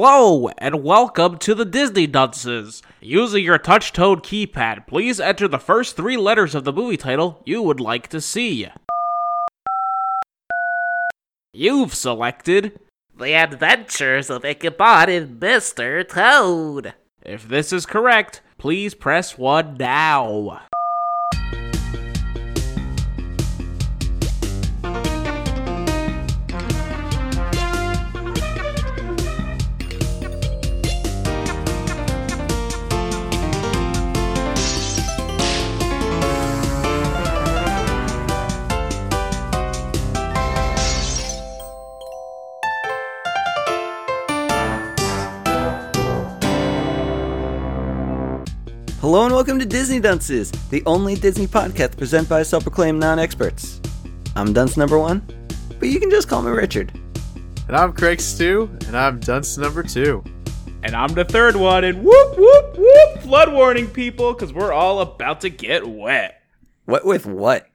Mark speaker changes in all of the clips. Speaker 1: Hello, and welcome to the Disney Dunces. Using your touch tone keypad, please enter the first three letters of the movie title you would like to see. You've selected
Speaker 2: The Adventures of Ichabod and Mr. Toad.
Speaker 1: If this is correct, please press 1 now.
Speaker 3: Hello and welcome to Disney Dunces, the only Disney podcast presented by self-proclaimed non-experts. I'm dunce number one, but you can just call me Richard.
Speaker 4: And I'm Craig Stew, and I'm dunce number two.
Speaker 1: And I'm the third one, and whoop, whoop, whoop, flood warning, people, because we're all about to get wet.
Speaker 3: What with what?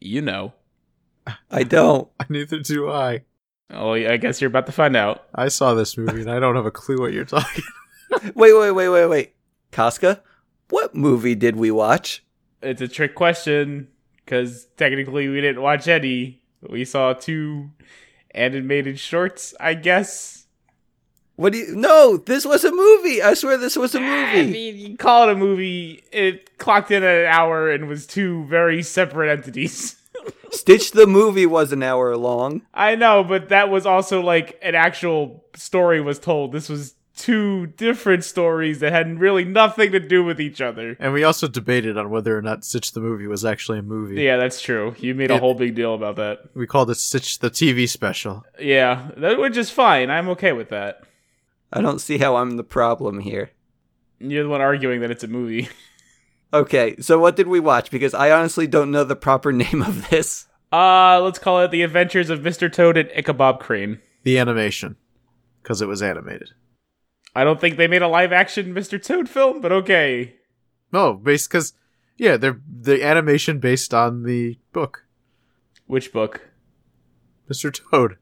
Speaker 1: you know.
Speaker 3: I don't.
Speaker 4: Neither do I.
Speaker 1: Oh, I guess you're about to find out.
Speaker 4: I saw this movie, and I don't have a clue what you're talking.
Speaker 3: Wait, wait, wait, wait, wait. Casca, what movie did we watch?
Speaker 1: It's a trick question because technically we didn't watch any. We saw two animated shorts, I guess.
Speaker 3: What do you? No, this was a movie. I swear this was a
Speaker 1: I
Speaker 3: movie.
Speaker 1: mean, you call it a movie. It clocked in at an hour and was two very separate entities.
Speaker 3: Stitch the movie was an hour long.
Speaker 1: I know, but that was also like an actual story was told. This was two different stories that had really nothing to do with each other.
Speaker 4: And we also debated on whether or not Stitch the movie was actually a movie.
Speaker 1: Yeah, that's true. You made a whole big deal about that.
Speaker 4: We called it Stitch the TV special.
Speaker 1: Yeah, that which is fine. I'm okay with that.
Speaker 3: I don't see how I'm the problem here.
Speaker 1: You're the one arguing that it's a movie.
Speaker 3: Okay, so what did we watch? Because I honestly don't know the proper name of this.
Speaker 1: Uh, let's call it The Adventures of Mr. Toad and Ichabod Crane.
Speaker 4: The animation, because it was animated.
Speaker 1: I don't think they made a live action Mr. Toad film, but okay.
Speaker 4: No, based because yeah, they're the animation based on the book,
Speaker 1: Which book?
Speaker 4: Mr. Toad.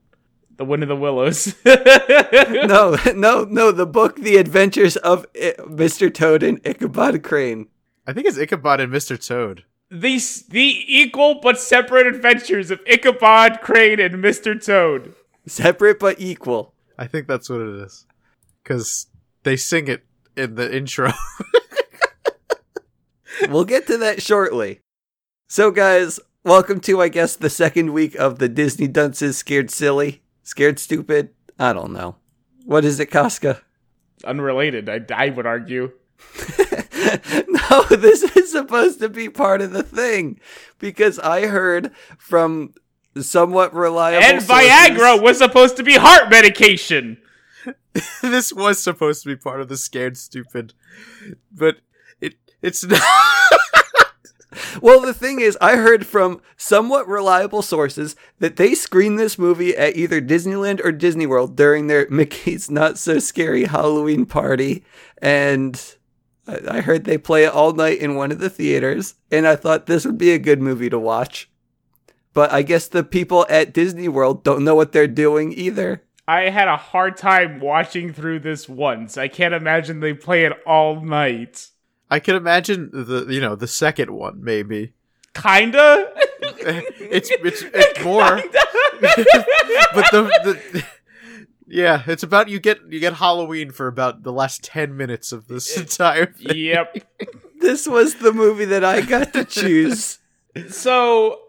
Speaker 1: The Wind of the Willows.
Speaker 3: no, no, no. The book, The Adventures of I- Mr. Toad and Ichabod Crane.
Speaker 4: I think it's Ichabod and Mr. Toad.
Speaker 1: These the equal but separate adventures of Ichabod Crane and Mr. Toad.
Speaker 3: Separate but equal.
Speaker 4: I think that's what it is, because they sing it in the intro.
Speaker 3: We'll get to that shortly. So, guys, welcome to, I guess, the second week of the Disney Dunces Scared Silly, Scared Stupid. I don't know. What is it, Casca?
Speaker 1: Unrelated, I, I would argue.
Speaker 3: no, this is supposed to be part of the thing because I heard from somewhat reliable
Speaker 1: And
Speaker 3: sources-
Speaker 1: Viagra was supposed to be heart medication.
Speaker 4: this was supposed to be part of the scared stupid, but it it's not.
Speaker 3: Well, the thing is, I heard from somewhat reliable sources that they screened this movie at either Disneyland or Disney World during their Mickey's Not So Scary Halloween party. And I I heard they play it all night in one of the theaters. And I thought this would be a good movie to watch. But I guess the people at Disney World don't know what they're doing either.
Speaker 1: I had a hard time watching through this once. I can't imagine they play it all night.
Speaker 4: I can imagine the you know the second one maybe. Eh,
Speaker 1: Kinda.
Speaker 4: It's it's it's more, but the, the yeah, it's about you get you get Halloween for about the last ten minutes of this entire. Thing.
Speaker 1: yep.
Speaker 3: This was the movie that I got to choose.
Speaker 1: So,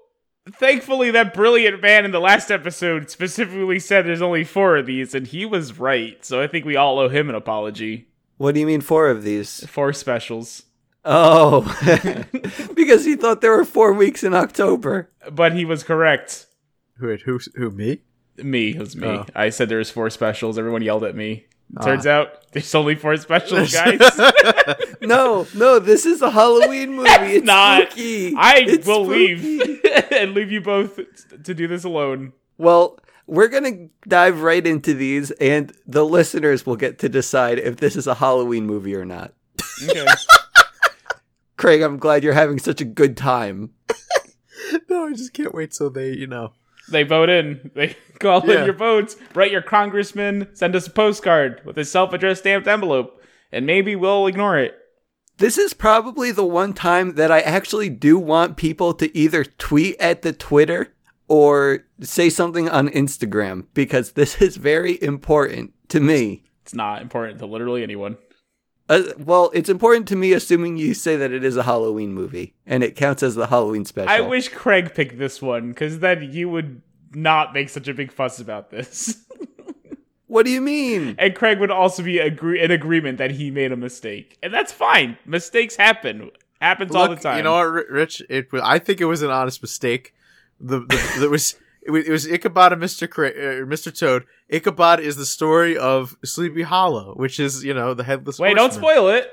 Speaker 1: thankfully, that brilliant man in the last episode specifically said there's only four of these, and he was right. So I think we all owe him an apology.
Speaker 3: what do you mean, four of these?
Speaker 1: Four specials,
Speaker 3: Oh, because he thought there were four weeks in October.
Speaker 1: but he was correct.
Speaker 4: Wait, who who me?
Speaker 1: Me it was me.
Speaker 4: Oh.
Speaker 1: I said there was four specials. Everyone yelled at me.
Speaker 4: Ah.
Speaker 1: Turns out there's only four specials, guys.
Speaker 3: No, no, this is a Halloween movie. it's
Speaker 1: not.
Speaker 3: spooky.
Speaker 1: I
Speaker 3: It's
Speaker 1: will
Speaker 3: spooky.
Speaker 1: leave and leave you both to do this alone.
Speaker 3: Well, we're gonna dive right into these, and the listeners will get to decide if this is a Halloween movie or not.
Speaker 1: Okay.
Speaker 3: Craig, I'm glad you're having such a good time.
Speaker 4: no, I just can't wait till they you know
Speaker 1: They vote in. They call
Speaker 4: Yeah.
Speaker 1: in your votes. Write your congressman. Send us a postcard with a self-addressed stamped envelope, and maybe we'll ignore it.
Speaker 3: This is probably the one time that I actually do want people to either tweet at the Twitter or say something on Instagram because this is very important to me.
Speaker 1: It's not important to literally anyone.
Speaker 3: Uh, well, it's important to me assuming you say that it is a Halloween movie and it counts as the Halloween special.
Speaker 1: I wish Craig picked this one because then you would not make such a big fuss about this,
Speaker 3: what do you mean?
Speaker 1: and Craig would also be agree- in agreement that he made a mistake, and that's fine. Mistakes happen. Happens all the
Speaker 4: Look,
Speaker 1: time.
Speaker 4: You know what, Ri- Rich? It was, I think it was an honest mistake. The, the that was it was it was Ichabod and Mr. Cra- uh, Mr. Toad. Ichabod is the story of Sleepy Hollow, which is you know the headless.
Speaker 1: Wait, don't
Speaker 4: horseman.
Speaker 1: spoil it.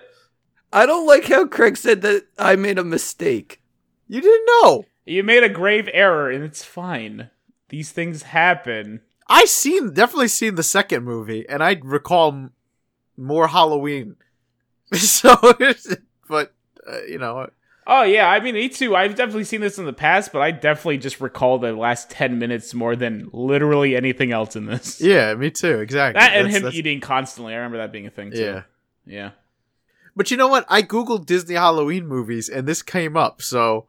Speaker 3: I don't like how Craig said that I made a mistake.
Speaker 4: You didn't know.
Speaker 1: You made a grave error, and it's fine. These things happen.
Speaker 4: I seen definitely seen the second movie, and I recall m- more Halloween. So, it's- but uh, you know,
Speaker 1: Oh yeah, I mean me too. I've definitely seen this in the past, but I definitely just recall the last ten minutes more than literally anything else in this.
Speaker 4: yeah, me too. Exactly.
Speaker 1: That and
Speaker 4: That's-
Speaker 1: him
Speaker 4: that's-
Speaker 1: eating constantly. I remember that being a thing too.
Speaker 4: Yeah.
Speaker 1: Yeah.
Speaker 4: But you know what? I googled Disney Halloween movies, and this came up. So,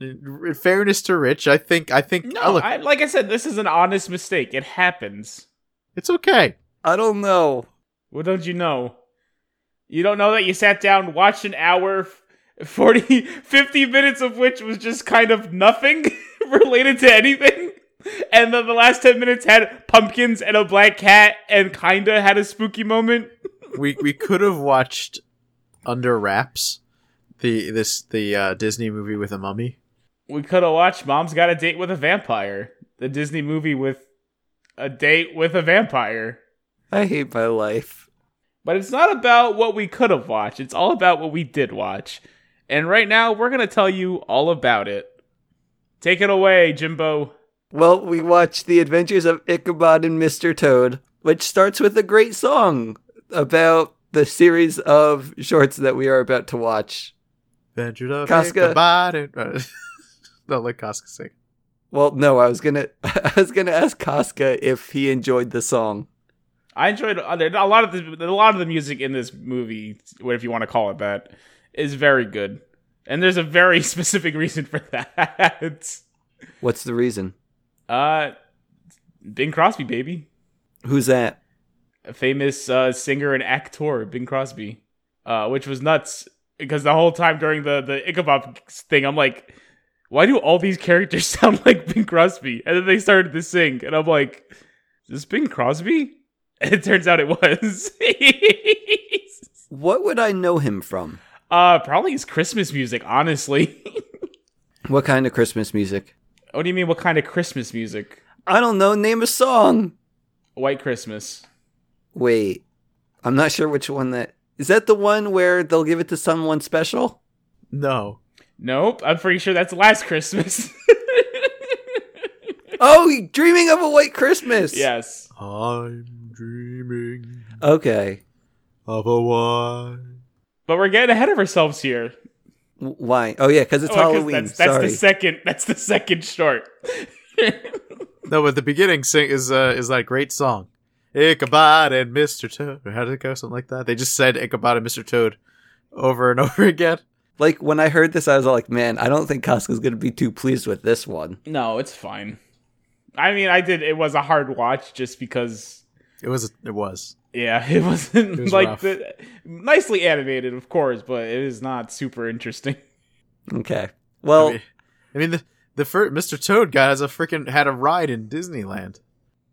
Speaker 4: in fairness to Rich, I think I think
Speaker 1: No,
Speaker 4: oh, look,
Speaker 1: I, like I said, this is an honest mistake. It happens.
Speaker 4: it's okay.
Speaker 3: I don't know.
Speaker 1: What don't you know? You don't know that you sat down, watched an hour, f- 40, 50 minutes of which was just kind of nothing related to anything. And then the last 10 minutes had pumpkins and a black cat and kinda had a spooky moment.
Speaker 4: we we could have watched Under Wraps, the this the uh, Disney movie with a mummy.
Speaker 1: We could have watched Mom's Got a Date with a Vampire, the Disney movie with a date with a vampire.
Speaker 3: I hate my life.
Speaker 1: But it's not about what we could have watched, it's all about what we did watch. And right now, we're going to tell you all about it. Take it away, Jimbo.
Speaker 3: Well, we watched The Adventures of Ichabod and Mr. Toad, which starts with a great song about the series of shorts that we are about to watch.
Speaker 4: Venture to
Speaker 3: Casca.
Speaker 4: Ichabod. Don't uh, let Casca sing.
Speaker 3: Well, no, I was gonna, I was gonna ask Casca if he enjoyed the song.
Speaker 1: I enjoyed uh, there- a lot of the a lot of the music in this movie, if you want to call it that, is very good. And there's a very specific reason for that.
Speaker 3: What's the reason?
Speaker 1: Uh, Bing Crosby, baby,
Speaker 3: Who's that?
Speaker 1: a famous uh, singer and actor, Bing Crosby, uh, which was nuts because the whole time during the the Ichabod thing, I'm like, why do all these characters sound like Bing Crosby? And then they started to sing, and I'm like, is this Bing Crosby? And it turns out it was.
Speaker 3: What would I know him from?
Speaker 1: Uh, probably his Christmas music, honestly.
Speaker 3: What kind of Christmas music?
Speaker 1: what do you mean? What kind of Christmas music?
Speaker 3: I don't know. Name a song.
Speaker 1: White Christmas.
Speaker 3: Wait, I'm not sure which one that is. That the one where they'll give it to someone special?
Speaker 4: No,
Speaker 1: Nope, I'm pretty sure that's Last Christmas.
Speaker 3: Oh, dreaming of a white Christmas.
Speaker 1: yes.
Speaker 4: I'm dreaming
Speaker 3: Okay.
Speaker 4: of a wine.
Speaker 1: But we're getting ahead of ourselves here.
Speaker 3: W- Why? Oh yeah, because it's
Speaker 1: Oh, 'cause
Speaker 3: Halloween.
Speaker 1: That's, that's
Speaker 3: Sorry.
Speaker 1: the second. That's the second short.
Speaker 4: No, but the beginning sing is uh, is that great song. Ichabod and Mr. Toad. Or How did it go? Something like that. They just said Ichabod and Mr. Toad over and over again.
Speaker 3: like when I heard this, I was like, man, I don't think Costco's gonna be too pleased with this one.
Speaker 1: no, it's fine. I mean, I did. It was a hard watch just because.
Speaker 4: It was. It was.
Speaker 1: Yeah, it wasn't
Speaker 4: It was
Speaker 1: like
Speaker 4: rough.
Speaker 1: the nicely animated, of course, but it is not super interesting.
Speaker 3: Okay. Well,
Speaker 4: I mean, I mean the the first Mr. Toad guy has a freaking had a ride in Disneyland.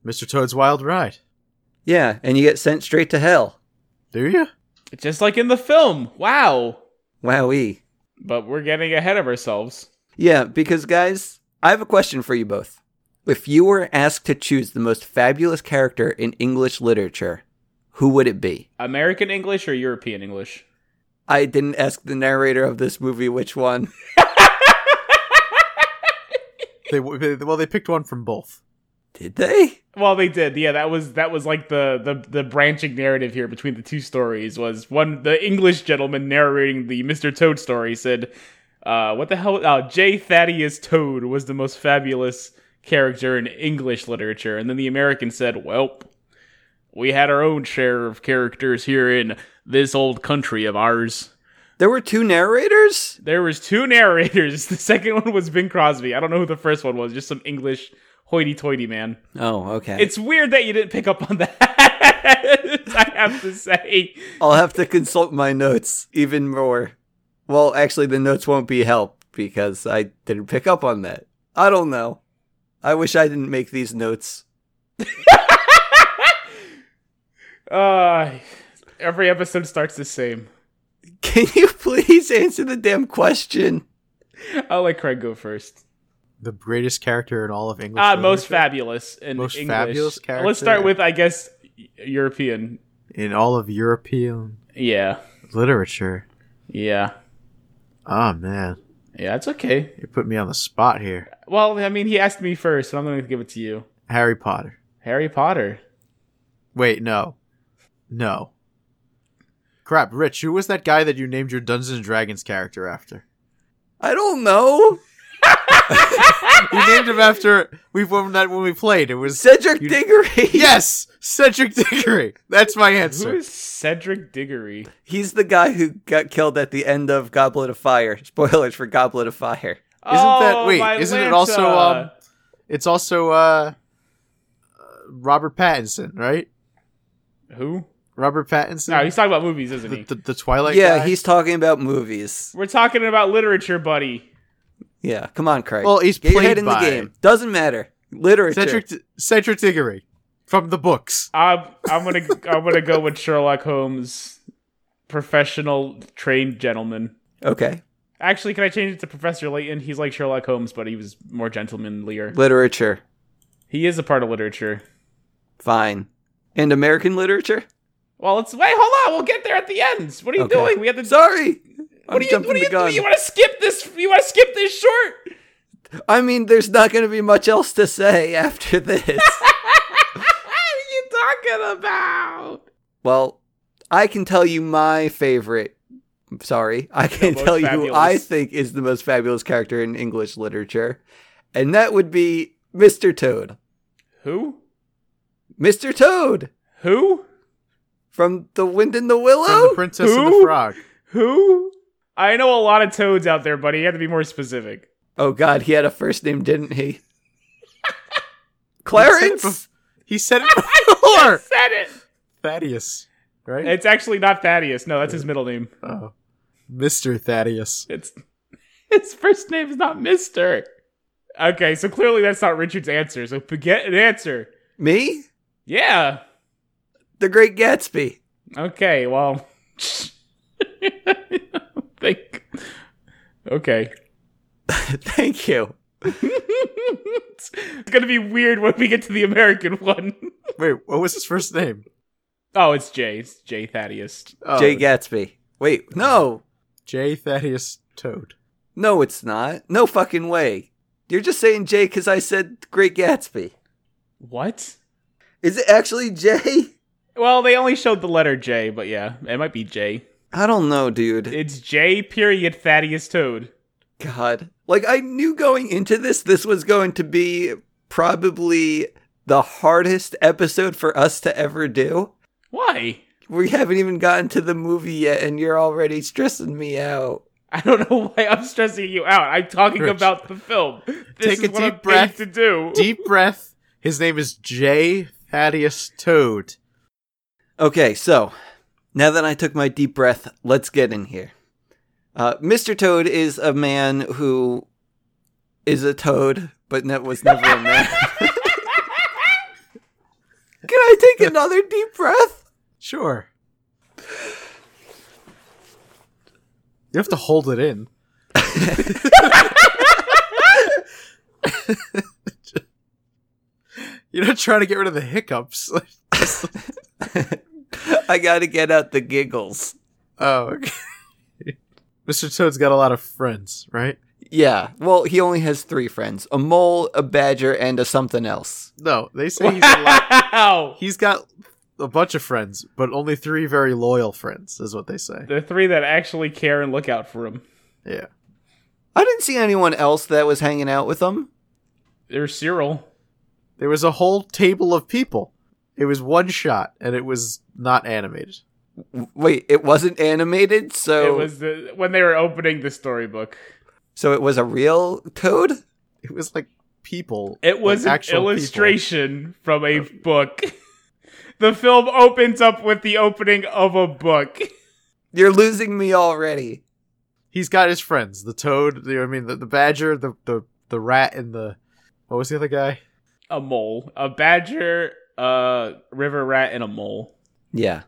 Speaker 4: Mr. Toad's Wild Ride.
Speaker 3: yeah, and you get sent straight to hell.
Speaker 4: Do you?
Speaker 1: Just like in the film. Wow.
Speaker 3: Wowee.
Speaker 1: But we're getting ahead of ourselves.
Speaker 3: Yeah, because guys, I have a question for you both. If you were asked to choose the most fabulous character in English literature, who would it be?
Speaker 1: American English or European English?
Speaker 3: I didn't ask the narrator of this movie which one.
Speaker 4: They, they well they picked one from both.
Speaker 3: Did they?
Speaker 1: Well, they did. Yeah, that was that was like the the the branching narrative here between the two stories was one the English gentleman narrating the Mr. Toad story said, uh, what the hell uh J Thaddeus Toad was the most fabulous character in English literature. And then the American said, Welp, we had our own share of characters here in this old country of ours.
Speaker 3: There were two narrators?
Speaker 1: There was two narrators. The second one was Bing Crosby. I don't know who the first one was, just some English hoity-toity man.
Speaker 3: Oh, okay.
Speaker 1: It's weird that you didn't pick up on that. I have to say.
Speaker 3: I'll have to consult my notes even more. Well, actually, the notes won't be help because I didn't pick up on that. I don't know. I wish I didn't make these notes.
Speaker 1: Uh every episode starts the same.
Speaker 3: Can you please answer the damn question?
Speaker 1: I'll let Craig go first.
Speaker 4: The greatest character in all of English.
Speaker 1: Ah, most
Speaker 4: literature?
Speaker 1: fabulous in
Speaker 4: Most
Speaker 1: English.
Speaker 4: fabulous character.
Speaker 1: Let's start with I guess y- European.
Speaker 4: in all of European
Speaker 1: Yeah.
Speaker 4: literature.
Speaker 1: Yeah.
Speaker 4: Oh man,
Speaker 1: Yeah, it's okay.
Speaker 4: you put me on the spot here.
Speaker 1: Well, I mean, he asked me first, so I'm going to give it to you.
Speaker 4: Harry Potter.
Speaker 1: Harry Potter.
Speaker 4: Wait, no, no. Crap, Rich. Who was that guy that you named your Dungeons and Dragons character after?
Speaker 3: I don't know.
Speaker 4: You named him after we formed that when we played. It was
Speaker 3: Cedric
Speaker 4: You-
Speaker 3: Diggory.
Speaker 4: yes, Cedric Diggory. That's my
Speaker 1: Who
Speaker 4: answer.
Speaker 1: is Cedric Diggory?
Speaker 3: He's the guy who got killed at the end of Goblet of Fire. Spoilers for Goblet of Fire.
Speaker 4: that-
Speaker 1: Oh,
Speaker 4: wait,
Speaker 1: my
Speaker 4: isn't it
Speaker 1: Lanta.
Speaker 4: also, um, It's also uh, uh, Robert Pattinson, right?
Speaker 1: who?
Speaker 4: Robert Pattinson.
Speaker 1: No, he's talking about movies, isn't
Speaker 4: the,
Speaker 1: he?
Speaker 4: the, the Twilight.
Speaker 3: yeah,
Speaker 4: guy?
Speaker 3: he's talking about movies.
Speaker 1: We're talking about literature, buddy.
Speaker 3: Yeah, come on, Craig.
Speaker 4: well, he's
Speaker 3: Get
Speaker 4: played
Speaker 3: your head in
Speaker 4: by
Speaker 3: the game. Doesn't matter. Literature.
Speaker 4: Cedric Cedric Diggory from the books.
Speaker 1: I'm I'm gonna I'm gonna go with Sherlock Holmes, professional trained gentleman.
Speaker 3: Okay.
Speaker 1: Actually, can I change it to Professor Layton? He's like Sherlock Holmes, but he was more gentlemanlier.
Speaker 3: Literature.
Speaker 1: He is a part of literature.
Speaker 3: Fine. And American literature?
Speaker 1: Well, it's wait, hold on, we'll get there at the end. What are you
Speaker 3: Okay.
Speaker 1: doing? We have to.
Speaker 3: Sorry.
Speaker 1: what
Speaker 3: I'm
Speaker 1: are you?
Speaker 3: jumping
Speaker 1: What are you
Speaker 3: the gun.
Speaker 1: doing? You want to skip this? You want to skip this short?
Speaker 3: I mean, there's not going to be much else to say after this.
Speaker 1: what are you talking about?
Speaker 3: well, I can tell you my favorite. Sorry, I can
Speaker 1: most
Speaker 3: tell you who
Speaker 1: fabulous.
Speaker 3: I think is the most fabulous character in English literature, and that would be Mr. Toad.
Speaker 1: Who?
Speaker 3: Mr. Toad
Speaker 1: Who?
Speaker 3: from The Wind in the
Speaker 4: From
Speaker 3: Willow.
Speaker 4: the Princess and the
Speaker 1: Who?
Speaker 4: Frog.
Speaker 1: Who? I know a lot of toads out there, buddy. You have to be more specific.
Speaker 3: oh God, he had a first name, didn't he?
Speaker 4: He said
Speaker 3: Clarence.
Speaker 4: it He said it before.
Speaker 1: Said it.
Speaker 4: Thaddeus, right?
Speaker 1: It's actually not Thaddeus. No, that's his middle name.
Speaker 4: oh, Mister Thaddeus.
Speaker 1: It's his first name is not Mister. Okay, so clearly that's not Richard's answer. So p- get an answer.
Speaker 3: Me,
Speaker 1: Yeah.
Speaker 3: The Great Gatsby.
Speaker 1: Okay. Well. think. Okay.
Speaker 3: Thank you.
Speaker 1: it's gonna be weird when we get to the American one.
Speaker 4: Wait, what was his first name?
Speaker 1: Oh, it's Jay. It's Jay Thaddeus.
Speaker 4: Oh,
Speaker 3: Jay Gatsby. Wait, no,
Speaker 4: Jay Thaddeus Toad.
Speaker 3: No, it's not. No fucking way. You're just saying Jay because I said Great Gatsby.
Speaker 1: What?
Speaker 3: Is it actually Jay?
Speaker 1: Well, they only showed the letter J, but yeah, it might be J.
Speaker 3: I don't know, dude.
Speaker 1: It's J period Thaddeus Toad.
Speaker 3: God. Like, I knew going into this, this was going to be probably the hardest episode for us to ever do.
Speaker 1: Why?
Speaker 3: We haven't even gotten to the movie yet, and you're already stressing me out.
Speaker 1: I don't know why I'm stressing you out. I'm talking
Speaker 4: Rich,
Speaker 1: about the film. This
Speaker 4: take
Speaker 1: is
Speaker 4: a
Speaker 1: what
Speaker 4: deep
Speaker 1: I'm paid
Speaker 4: breath.
Speaker 1: to do.
Speaker 4: Deep breath. His name is Jay Thaddeus Toad.
Speaker 3: Okay, so now that I took my deep breath, let's get in here. Uh, Mr. Toad is a man who is a toad, but ne- was never a man. Can I take another deep breath?
Speaker 4: Sure. You have to hold it in. You're not trying to get rid of the hiccups.
Speaker 3: I gotta get out the giggles.
Speaker 4: oh, okay. Mr. Toad's got a lot of friends, right?
Speaker 3: Yeah, well, he only has three friends a mole, a badger, and a something else.
Speaker 4: No, they say he's a lot.
Speaker 1: Wow.
Speaker 4: He's got a bunch of friends, but only three very loyal friends, is what they say.
Speaker 1: The three that actually care and look out for him.
Speaker 4: Yeah.
Speaker 3: I didn't see anyone else that was hanging out with him.
Speaker 1: There's Cyril.
Speaker 4: There was a whole table of people. It was one shot, and it was not animated.
Speaker 3: Wait, it wasn't animated, so
Speaker 1: it was the, when they were opening the storybook.
Speaker 3: so it was a real toad.
Speaker 4: It was like people.
Speaker 1: It was
Speaker 4: like
Speaker 1: an
Speaker 4: actual people.
Speaker 1: illustration from a book. the film opens up with the opening of a book.
Speaker 3: You're losing me already.
Speaker 4: He's got his friends: the toad, the, I mean, the, the badger, the, the the rat, and the what was the other guy?
Speaker 1: A mole, a badger, a river rat, and a mole.
Speaker 3: Yeah.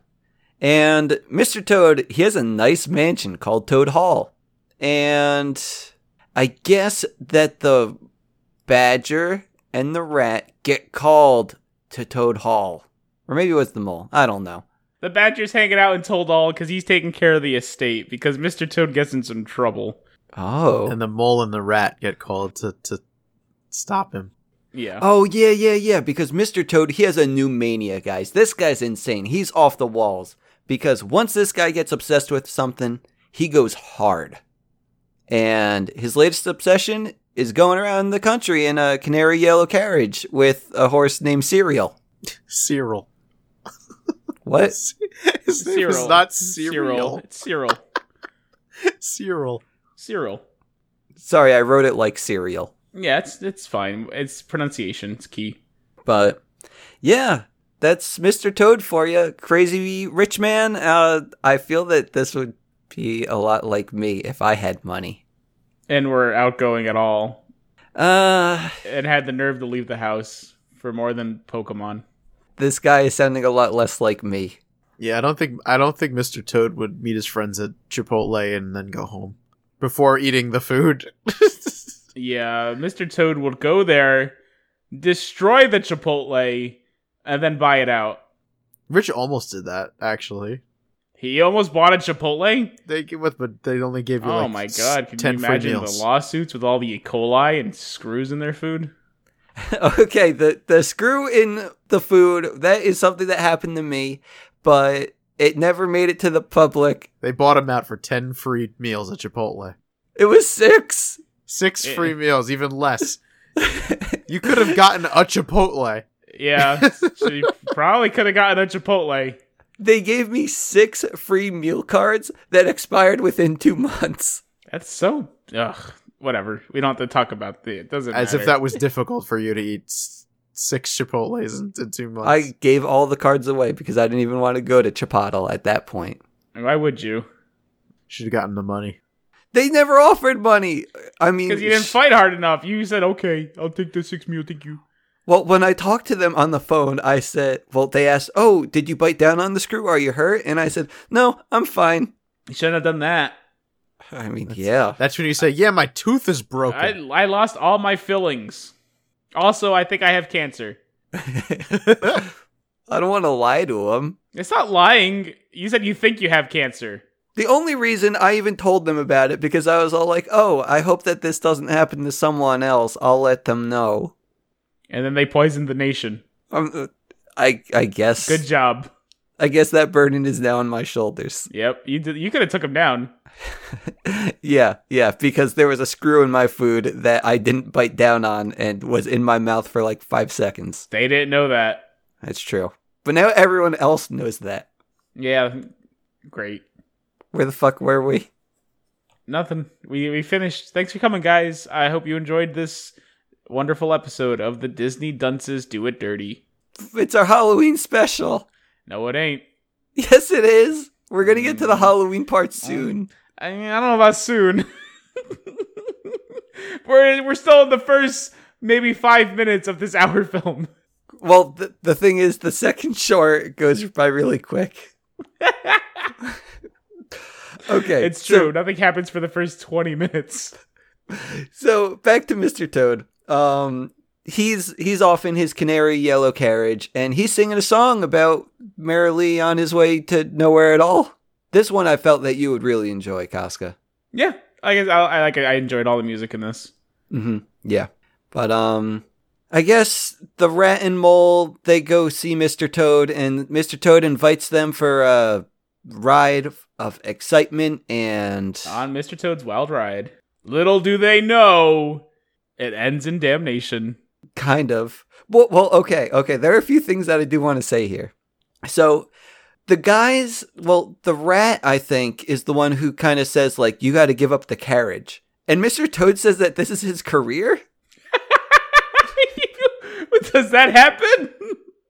Speaker 3: And Mr. Toad, he has a nice mansion called Toad Hall. And I guess that the badger and the rat get called to Toad Hall. Or maybe it was the mole. I don't know.
Speaker 1: The badger's hanging out in Told All because he's taking care of the estate because Mr. Toad gets in some trouble.
Speaker 3: Oh.
Speaker 4: And the mole and the rat get called to to stop him.
Speaker 1: Yeah.
Speaker 4: Uh,
Speaker 3: Oh, yeah, yeah, yeah. Because Mr. Toad, he has a new mania, guys. This guy's insane. He's off the walls. Because once this guy gets obsessed with something, he goes hard. And his latest obsession is going around the country in a canary yellow carriage with a horse named Cereal.
Speaker 4: Cyril.
Speaker 3: What?
Speaker 4: His name is not Cyril.
Speaker 1: It's Cyril.
Speaker 4: Cyril.
Speaker 1: Cyril.
Speaker 3: Sorry, I wrote it like cereal.
Speaker 1: Yeah, it's it's fine. It's pronunciation. It's key.
Speaker 3: But yeah, that's Mr. Toad for you, crazy rich man. Uh, I feel that this would be a lot like me if I had money.
Speaker 1: And we're outgoing at all,
Speaker 3: Uh,
Speaker 1: and had the nerve to leave the house for more than Pokemon.
Speaker 3: this guy is sounding a lot less like me.
Speaker 4: Yeah, I don't think I don't think Mr. Toad would meet his friends at Chipotle and then go home before eating the food.
Speaker 1: Yeah, Mr. Toad would go there, destroy the Chipotle, and then buy it out.
Speaker 4: Rich almost did that actually.
Speaker 1: He almost bought a Chipotle.
Speaker 4: They give what, but they only gave you.
Speaker 1: oh
Speaker 4: like
Speaker 1: my
Speaker 4: s-
Speaker 1: god! Can
Speaker 4: ten
Speaker 1: you
Speaker 4: free
Speaker 1: imagine the
Speaker 4: meals.
Speaker 1: lawsuits with all the E. coli and screws in their food?
Speaker 3: okay, the the screw in the food that is something that happened to me, but it never made it to the public.
Speaker 4: They bought him out for ten free meals at Chipotle.
Speaker 3: It was six.
Speaker 4: Six
Speaker 1: Eh.
Speaker 4: free meals, even less. you could have gotten a Chipotle.
Speaker 1: Yeah, so you probably could have gotten a Chipotle.
Speaker 3: They gave me six free meal cards that expired within two months.
Speaker 1: That's so ugh. Whatever. We don't have to talk about the. It doesn't
Speaker 4: As
Speaker 1: matter.
Speaker 4: if that was difficult for you to eat s- six Chipotles in, in two months.
Speaker 3: I gave all the cards away because I didn't even want to go to Chipotle at that point.
Speaker 1: Why would you?
Speaker 4: should have gotten the money.
Speaker 3: They never offered money. I mean,
Speaker 1: Because you didn't
Speaker 3: sh-
Speaker 1: fight hard enough. You said, "Okay, I'll take the six meal. Thank you."
Speaker 3: Well, when I talked to them on the phone, I said, well, they asked, oh, did you bite down on the screw? Are you hurt? And I said, no, I'm fine.
Speaker 1: You shouldn't have done that.
Speaker 3: I mean, yeah.
Speaker 4: That's when you say, "Yeah, my tooth is broken."
Speaker 1: I I lost all my fillings. Also, I think I have cancer.
Speaker 3: I don't want to lie to them.
Speaker 1: It's not lying. You said you think you have cancer.
Speaker 3: The only reason I even told them about it because I was all like, oh, I hope that this doesn't happen to someone else. I'll let them know.
Speaker 1: And then they poisoned the nation.
Speaker 3: Um, I, I guess.
Speaker 1: Good job.
Speaker 3: I guess that burden is now on my shoulders.
Speaker 1: Yep. You did, you could have took him down.
Speaker 3: yeah, yeah, because there was a screw in my food that I didn't bite down on and was in my mouth for like five seconds.
Speaker 1: They didn't know that.
Speaker 3: That's true. But now everyone else knows that.
Speaker 1: Yeah. Great.
Speaker 3: Where the fuck were we?
Speaker 1: Nothing. We we finished. Thanks for coming, guys. I hope you enjoyed this wonderful episode of the Disney Dunces Do It Dirty.
Speaker 3: It's our Halloween special.
Speaker 1: No, it ain't.
Speaker 3: Yes, it is. We're gonna get to the Halloween part soon.
Speaker 1: I mean, I don't know about soon. we're we're still in the first maybe five minutes of this hour film.
Speaker 3: Well, the, the thing is, the second short goes by really quick. okay,
Speaker 1: It's
Speaker 3: so-
Speaker 1: true. Nothing happens for the first twenty minutes.
Speaker 3: so back to Mr. Toad. Um, he's he's off in his canary yellow carriage, and he's singing a song about merrily on his way to nowhere at all. This one I felt that you would really enjoy, Casca.
Speaker 1: Yeah, I guess I, I like. it. I enjoyed all the music in this.
Speaker 3: hmm Yeah. But um I guess the rat and mole they go see Mr. Toad and Mr. Toad invites them for a ride of excitement and
Speaker 1: on Mr. Toad's Wild Ride. Little do they know, it ends in damnation.
Speaker 3: Kind of. Well, well, okay, okay. There are a few things that I do want to say here. So, the guys, well, the rat, I think, is the one who kind of says, like, you got to give up the carriage. And Mr. Toad says that this is his career?
Speaker 1: But Does that happen?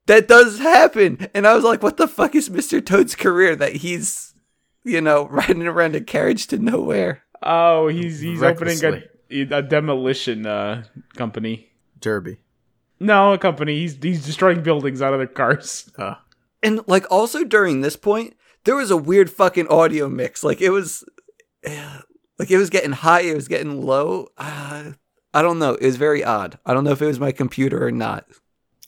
Speaker 3: That does happen. And I was like, what the fuck is Mr. Toad's career that he's, you know, riding around a carriage to nowhere?
Speaker 1: Oh, he's he's opening
Speaker 4: Recklessly.
Speaker 1: a, a demolition uh, company.
Speaker 4: Derby.
Speaker 1: No, a company. He's he's destroying buildings out of their cars.
Speaker 4: Uh,
Speaker 3: And, like, also during this point, there was a weird fucking audio mix. Like, it was, like, it was getting high, it was getting low. Uh, I don't know. It was very odd. I don't know if it was my computer or not.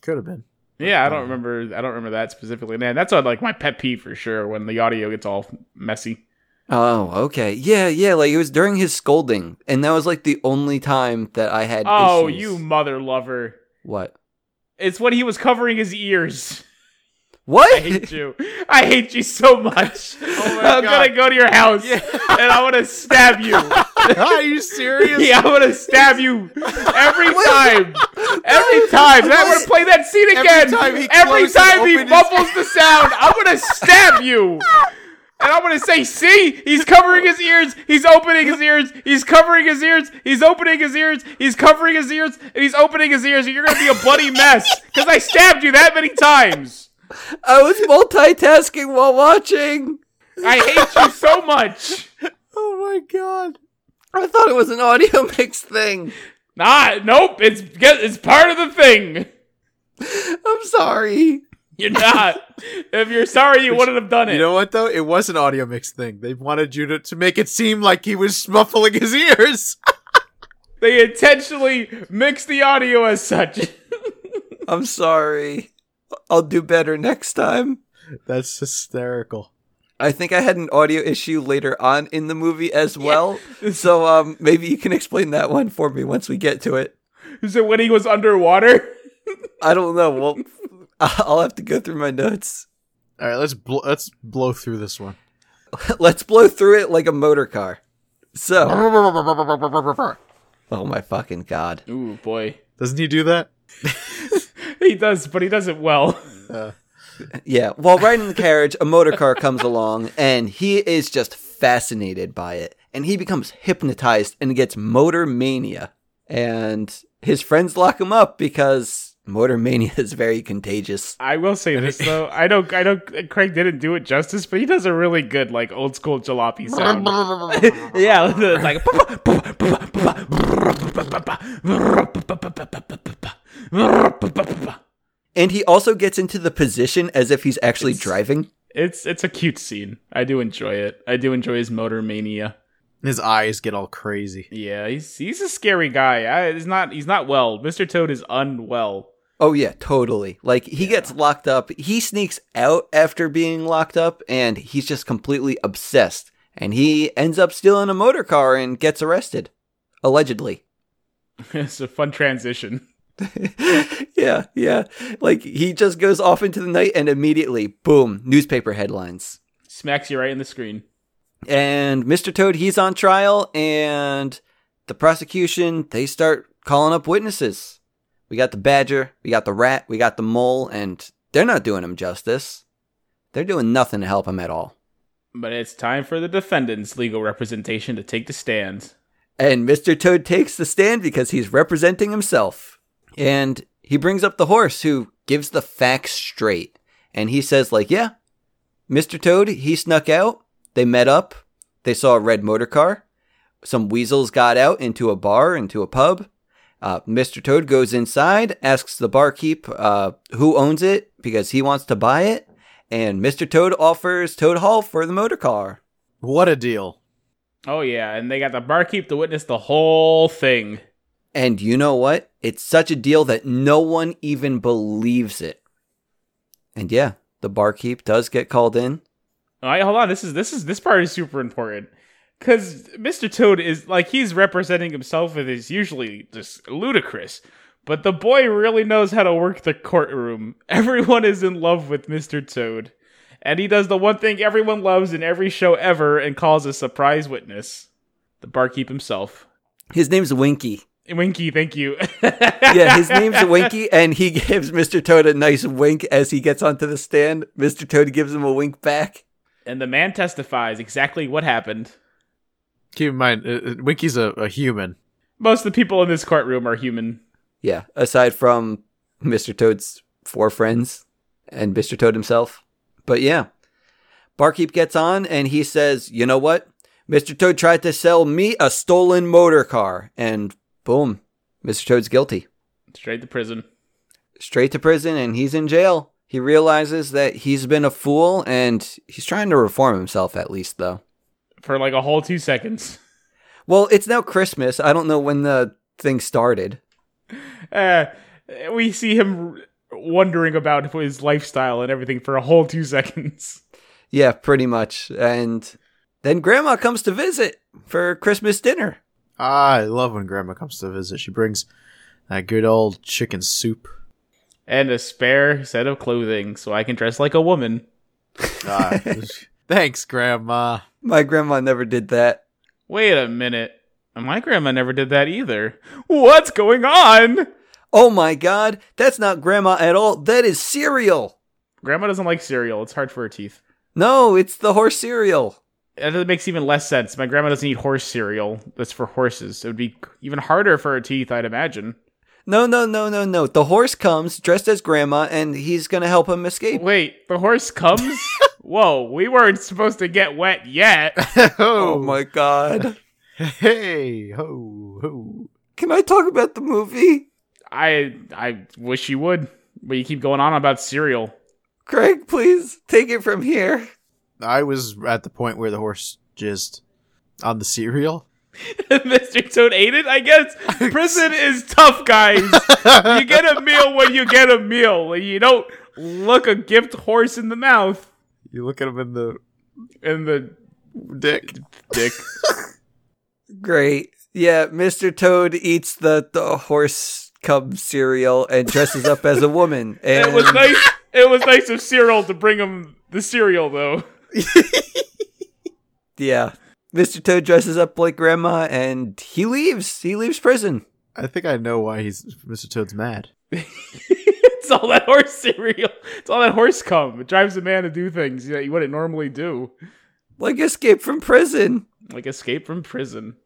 Speaker 4: could have been.
Speaker 1: Yeah, I don't remember. I don't remember that specifically. Man, that's what, like my pet peeve for sure. When the audio gets all messy.
Speaker 3: Oh, okay. Yeah, yeah. Like it was during his scolding, and that was like the only time that I had.
Speaker 1: Oh,
Speaker 3: issues.
Speaker 1: you mother lover!
Speaker 3: What?
Speaker 1: It's when he was covering his ears. I
Speaker 3: What?
Speaker 1: hate you. I hate you so much.
Speaker 4: Oh my
Speaker 1: I'm
Speaker 4: God.
Speaker 1: gonna go to your house and I want to stab you.
Speaker 4: Are you serious?
Speaker 1: yeah, I'm gonna stab you every time. Every time. That we're gonna play that scene
Speaker 4: Every
Speaker 1: again.
Speaker 4: time he
Speaker 1: Every
Speaker 4: closed
Speaker 1: time
Speaker 4: and
Speaker 1: he
Speaker 4: opened his-
Speaker 1: mumbles the sound, I'm gonna stab you. And I'm gonna say, see, he's covering his ears, he's opening his ears, he's covering his ears, he's opening his ears, he's covering his ears, and he's opening his ears, and you're gonna be a bloody mess. Because I stabbed you that many times.
Speaker 3: I was multitasking while watching.
Speaker 1: I hate you so much.
Speaker 4: Oh my god.
Speaker 3: I thought it was an audio mix thing.
Speaker 1: Nah, nope. It's it's part of the thing.
Speaker 3: I'm sorry.
Speaker 1: You're not. if you're sorry, you wouldn't have done it.
Speaker 4: You know what though? It was an audio mix thing. They wanted you to, to make it seem like he was muffling his ears.
Speaker 1: they intentionally mix the audio as such.
Speaker 3: I'm sorry. I'll do better next time.
Speaker 4: That's hysterical.
Speaker 3: I think I had an audio issue later on in the movie as well. So um maybe you can explain that one for me once we get to it.
Speaker 1: so when he was underwater,
Speaker 3: I don't know. Well, I'll have to go through my notes.
Speaker 4: All right, let's bl- let's blow through this one.
Speaker 3: Let's blow through it like a motor car. So,
Speaker 4: Doesn't
Speaker 3: oh my fucking god.
Speaker 1: ooh boy,
Speaker 4: he do that?
Speaker 1: he does, but he does it well.
Speaker 4: Uh,
Speaker 3: Yeah, while riding the carriage, a motor car comes along and he is just fascinated by it. And he becomes hypnotized and gets motor mania. And his friends lock him up because motor mania is very contagious.
Speaker 1: I will say this though, I don't, I don't. Craig didn't do it justice, but he does a really good like old school jalopy sound. yeah, it's like
Speaker 3: And he also gets into the position as if he's actually driving.
Speaker 1: it's it's a cute scene. I do enjoy it. I do enjoy his motor mania.
Speaker 4: His eyes get all crazy.
Speaker 1: Yeah, he's he's a scary guy. I, he's not he's not well. Mr. Toad is unwell.
Speaker 3: Oh, yeah, totally. Like, he gets locked up. He sneaks out after being locked up and he's just completely obsessed. And he ends up stealing a motor car and gets arrested. Allegedly.
Speaker 1: it's a fun transition.
Speaker 3: yeah, yeah. Like he just goes off into the night and immediately, boom, newspaper headlines.
Speaker 1: Smacks you right in the screen.
Speaker 3: And Mr. Toad, he's on trial, and the prosecution, they start calling up witnesses. We got the badger, we got the rat, we got the mole, and they're not doing him justice. They're doing nothing to help him at all.
Speaker 1: But it's time for the defendant's legal representation to take the stand.
Speaker 3: And Mr. Toad takes the stand because he's representing himself. And he brings up the horse who gives the facts straight. And he says, like, yeah, Mr. Toad, he snuck out. They met up. They saw a red motor car. Some weasels got out into a bar, into a pub. Uh, Mr. Toad goes inside, asks the barkeep uh, who owns it because he wants to buy it. And Mr. Toad offers Toad Hall for the motor car.
Speaker 4: What a deal.
Speaker 1: Oh yeah, and they got the barkeep to witness the whole thing.
Speaker 3: And you know what? It's such a deal that no one even believes it. And yeah, the barkeep does get called in.
Speaker 1: All right, hold on. This is this is this part is super important because Mr. Toad is like he's representing himself with is usually just ludicrous, but the boy really knows how to work the courtroom. Everyone is in love with Mr. Toad, and he does the one thing everyone loves in every show ever and calls a surprise witness, the barkeep himself.
Speaker 3: His name's Winky.
Speaker 1: Winky, thank you.
Speaker 3: yeah, his name's Winky, and he gives Mr. Toad a nice wink as he gets onto the stand. Mr. Toad gives him a wink back.
Speaker 1: And the man testifies exactly what happened.
Speaker 4: Keep in mind, uh, uh, Winky's a, a human.
Speaker 1: Most of the people in this courtroom are human.
Speaker 3: Yeah, aside from Mr. Toad's four friends and Mr. Toad himself. But yeah, Barkeep gets on and he says, You know what? Mr. Toad tried to sell me a stolen motor car. And boom, Mr. Toad's guilty.
Speaker 1: Straight to prison.
Speaker 3: Straight to prison and he's in jail. He realizes that he's been a fool and he's trying to reform himself at least, though.
Speaker 1: For like a whole two seconds.
Speaker 3: Well, it's now Christmas. I don't know when the thing started.
Speaker 1: Uh, we see him wondering about his lifestyle and everything for a whole two seconds.
Speaker 3: Yeah, pretty much. And then Grandma comes to visit for Christmas dinner.
Speaker 4: Ah, I love when Grandma comes to visit. She brings that good old chicken soup.
Speaker 1: And a spare set of clothing so I can dress like a woman.
Speaker 4: Ah, thanks, Grandma.
Speaker 3: My grandma never did that.
Speaker 1: Wait a minute. My grandma never did that either. What's going on?
Speaker 3: Oh my god, that's not grandma at all. That is cereal.
Speaker 1: Grandma doesn't like cereal. It's hard for her teeth.
Speaker 3: No, it's the horse cereal.
Speaker 1: And That makes even less sense. My grandma doesn't eat horse cereal. That's for horses. It would be even harder for her teeth, I'd imagine.
Speaker 3: No, no, no, no, no. The horse comes dressed as grandma and he's going to help him escape.
Speaker 1: Wait, the horse comes? Whoa, we weren't supposed to get wet yet.
Speaker 3: Oh my god.
Speaker 4: Hey, ho, ho.
Speaker 3: Can I talk about the movie?
Speaker 1: I I wish you would, but you keep going on about cereal.
Speaker 3: Craig, please take it from here.
Speaker 4: I was at the point where the horse jizzed on the cereal.
Speaker 1: Mr. Toad ate it, I guess. Prison is tough, guys. you get a meal when you get a meal. You don't look a gift horse in the mouth
Speaker 4: You look at him in the
Speaker 1: and the
Speaker 4: dick.
Speaker 1: dick.
Speaker 3: Great. Yeah, Mr. Toad eats the, the horse cub cereal and dresses up as a woman. And
Speaker 1: It was nice. It was nice of Cyril to bring him the cereal, though.
Speaker 3: Yeah. Mr. Toad dresses up like grandma and he leaves. He leaves prison.
Speaker 4: I think I know why he's Mr. Toad's mad.
Speaker 1: it's all that horse cereal. It's all that horse cum. It drives a man to do things that you wouldn't normally do,
Speaker 3: Like escape from prison.
Speaker 1: like escape from prison.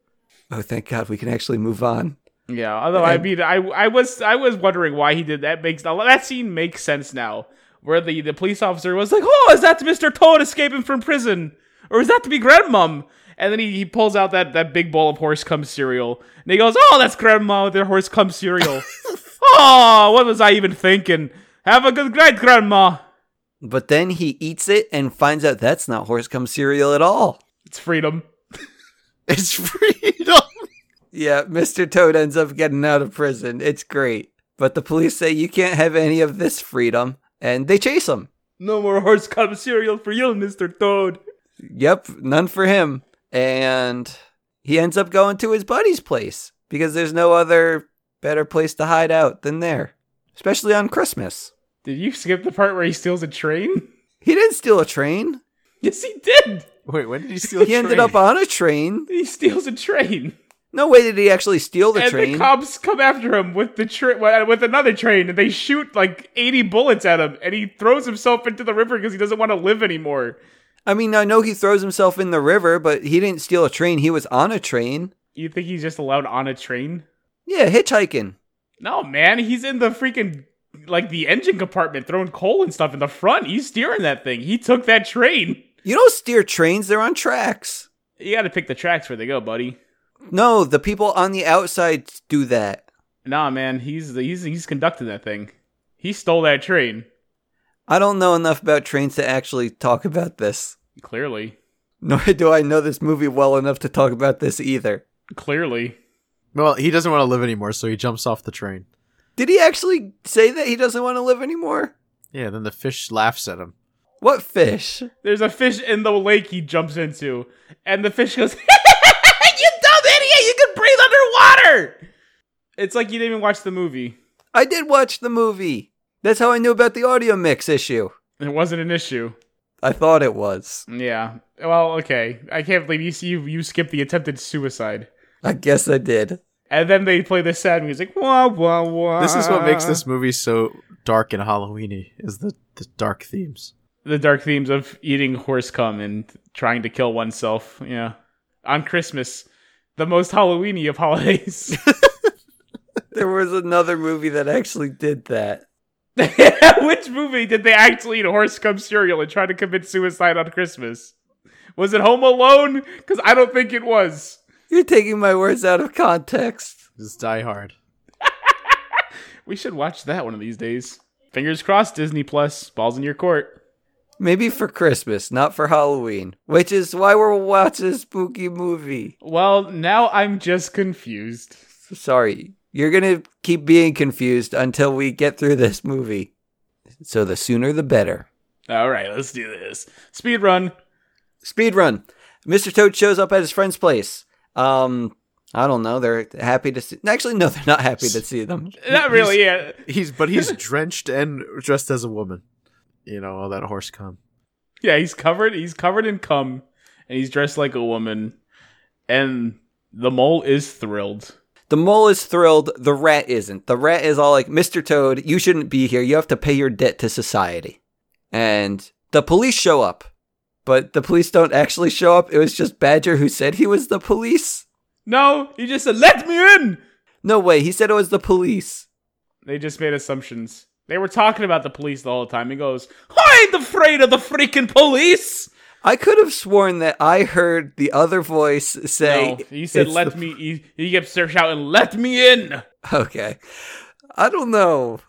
Speaker 3: Oh, thank God we can actually move on.
Speaker 1: Yeah, although I mean, I I was I was wondering why he did that. Makes that scene makes sense now, where the the police officer was like, "Oh, is that Mister Toad escaping from prison, or is that to be Grandmom?" And then he, he pulls out that that big bowl of horse cum cereal, and he goes, "Oh, that's Grandma with her horse cum cereal." oh, what was I even thinking? Have a good night, Grandma.
Speaker 3: But then he eats it and finds out that's not horse cum cereal at all.
Speaker 1: It's freedom.
Speaker 4: It's freedom.
Speaker 3: Yeah, Mr. Toad ends up getting out of prison. It's great. But the police say you can't have any of this freedom and they chase him.
Speaker 1: No more horse cum cereal for you, Mister Toad.
Speaker 3: Yep, none for him. And he ends up going to his buddy's place because there's no other better place to hide out than there, especially on Christmas.
Speaker 1: Did you skip the part where he steals a train?
Speaker 3: He didn't steal a train.
Speaker 1: Yes, he did.
Speaker 4: Wait, when did he steal?
Speaker 3: He ended up on a train.
Speaker 1: He steals a train.
Speaker 3: No way did he actually steal the
Speaker 1: and the
Speaker 3: train.
Speaker 1: cops come after him with the tra- well, with another train, and they shoot like eighty bullets at him, and he throws himself into the river because he doesn't want to live anymore.
Speaker 3: I mean, I know he throws himself in the river, but he didn't steal a train. He was on a train.
Speaker 1: You think he's just allowed on a train?
Speaker 3: Yeah, hitchhiking.
Speaker 1: No, man, he's in the freaking like the engine compartment, throwing coal and stuff in the front. He's steering that thing. He took that train.
Speaker 3: You don't steer trains, they're on tracks.
Speaker 1: You got to pick the tracks where they go, buddy.
Speaker 3: No, the people on the outside do that.
Speaker 1: Nah, man, he's the, he's he's conducting that thing. He stole that train.
Speaker 3: I don't know enough about trains to actually talk about this.
Speaker 1: Clearly,
Speaker 3: Nor do I know this movie well enough to talk about this either.
Speaker 1: clearly.
Speaker 4: Well, he doesn't want to live anymore, so he jumps off the train.
Speaker 3: Did he actually say that he doesn't want to live anymore?
Speaker 4: Yeah, then the fish laughs at him.
Speaker 3: What fish?
Speaker 1: There's a fish in the lake he jumps into, and the fish goes, "You dumb idiot! You can breathe underwater." It's like you didn't even watch the movie.
Speaker 3: I did watch the movie. That's how I knew about the audio mix issue.
Speaker 1: It wasn't an issue.
Speaker 3: I thought it was.
Speaker 1: Yeah. Well, okay. I can't believe you see you, you skipped the attempted suicide.
Speaker 3: I guess I did.
Speaker 1: and then they play this sad music. Wah wah wah.
Speaker 4: This is what makes this movie so dark and Halloweeny is the, the dark themes.
Speaker 1: the dark themes of eating horse cum and trying to kill oneself. Yeah, on Christmas, the most Halloweeny of holidays.
Speaker 3: There was another movie that actually did that.
Speaker 1: Which movie did they actually eat horse cum cereal and try to commit suicide on Christmas? Was it Home Alone? Because I don't think it was.
Speaker 3: You're taking my words out of context.
Speaker 4: It's Die Hard.
Speaker 1: We should watch that one of these days. Fingers crossed, Disney Plus. Balls in your court.
Speaker 3: Maybe for Christmas, not for Halloween, which is why we're watching a spooky movie.
Speaker 1: Well, now I'm just confused.
Speaker 3: Sorry. You're going to keep being confused until we get through this movie. So the sooner the better.
Speaker 1: All right, let's do this. Speed run.
Speaker 3: Speed run. Mr. Toad shows up at his friend's place. Um, I don't know. They're happy to see. Actually, no, they're not happy to see them.
Speaker 1: Not really. Yeah.
Speaker 4: He's but he's drenched and dressed as a woman. You know, all that horse cum.
Speaker 1: Yeah, he's covered. He's covered in cum, and he's dressed like a woman. And the mole is thrilled.
Speaker 3: The mole is thrilled. The rat isn't. The rat is all like, Mr. Toad, you shouldn't be here. You have to pay your debt to society. And the police show up, but the police don't actually show up. It was just Badger who said he was the police.
Speaker 1: No, he just said, "Let me in."
Speaker 3: No way. He said it was the police.
Speaker 1: They just made assumptions. They were talking about the police the whole time. He goes, "I ain't afraid of the freaking police."
Speaker 3: I could have sworn that I heard the other voice say,
Speaker 1: No, he said,
Speaker 3: "It's
Speaker 1: "Let
Speaker 3: the-
Speaker 1: me." He, he kept shouting, "Let me in."
Speaker 3: Okay. I don't know.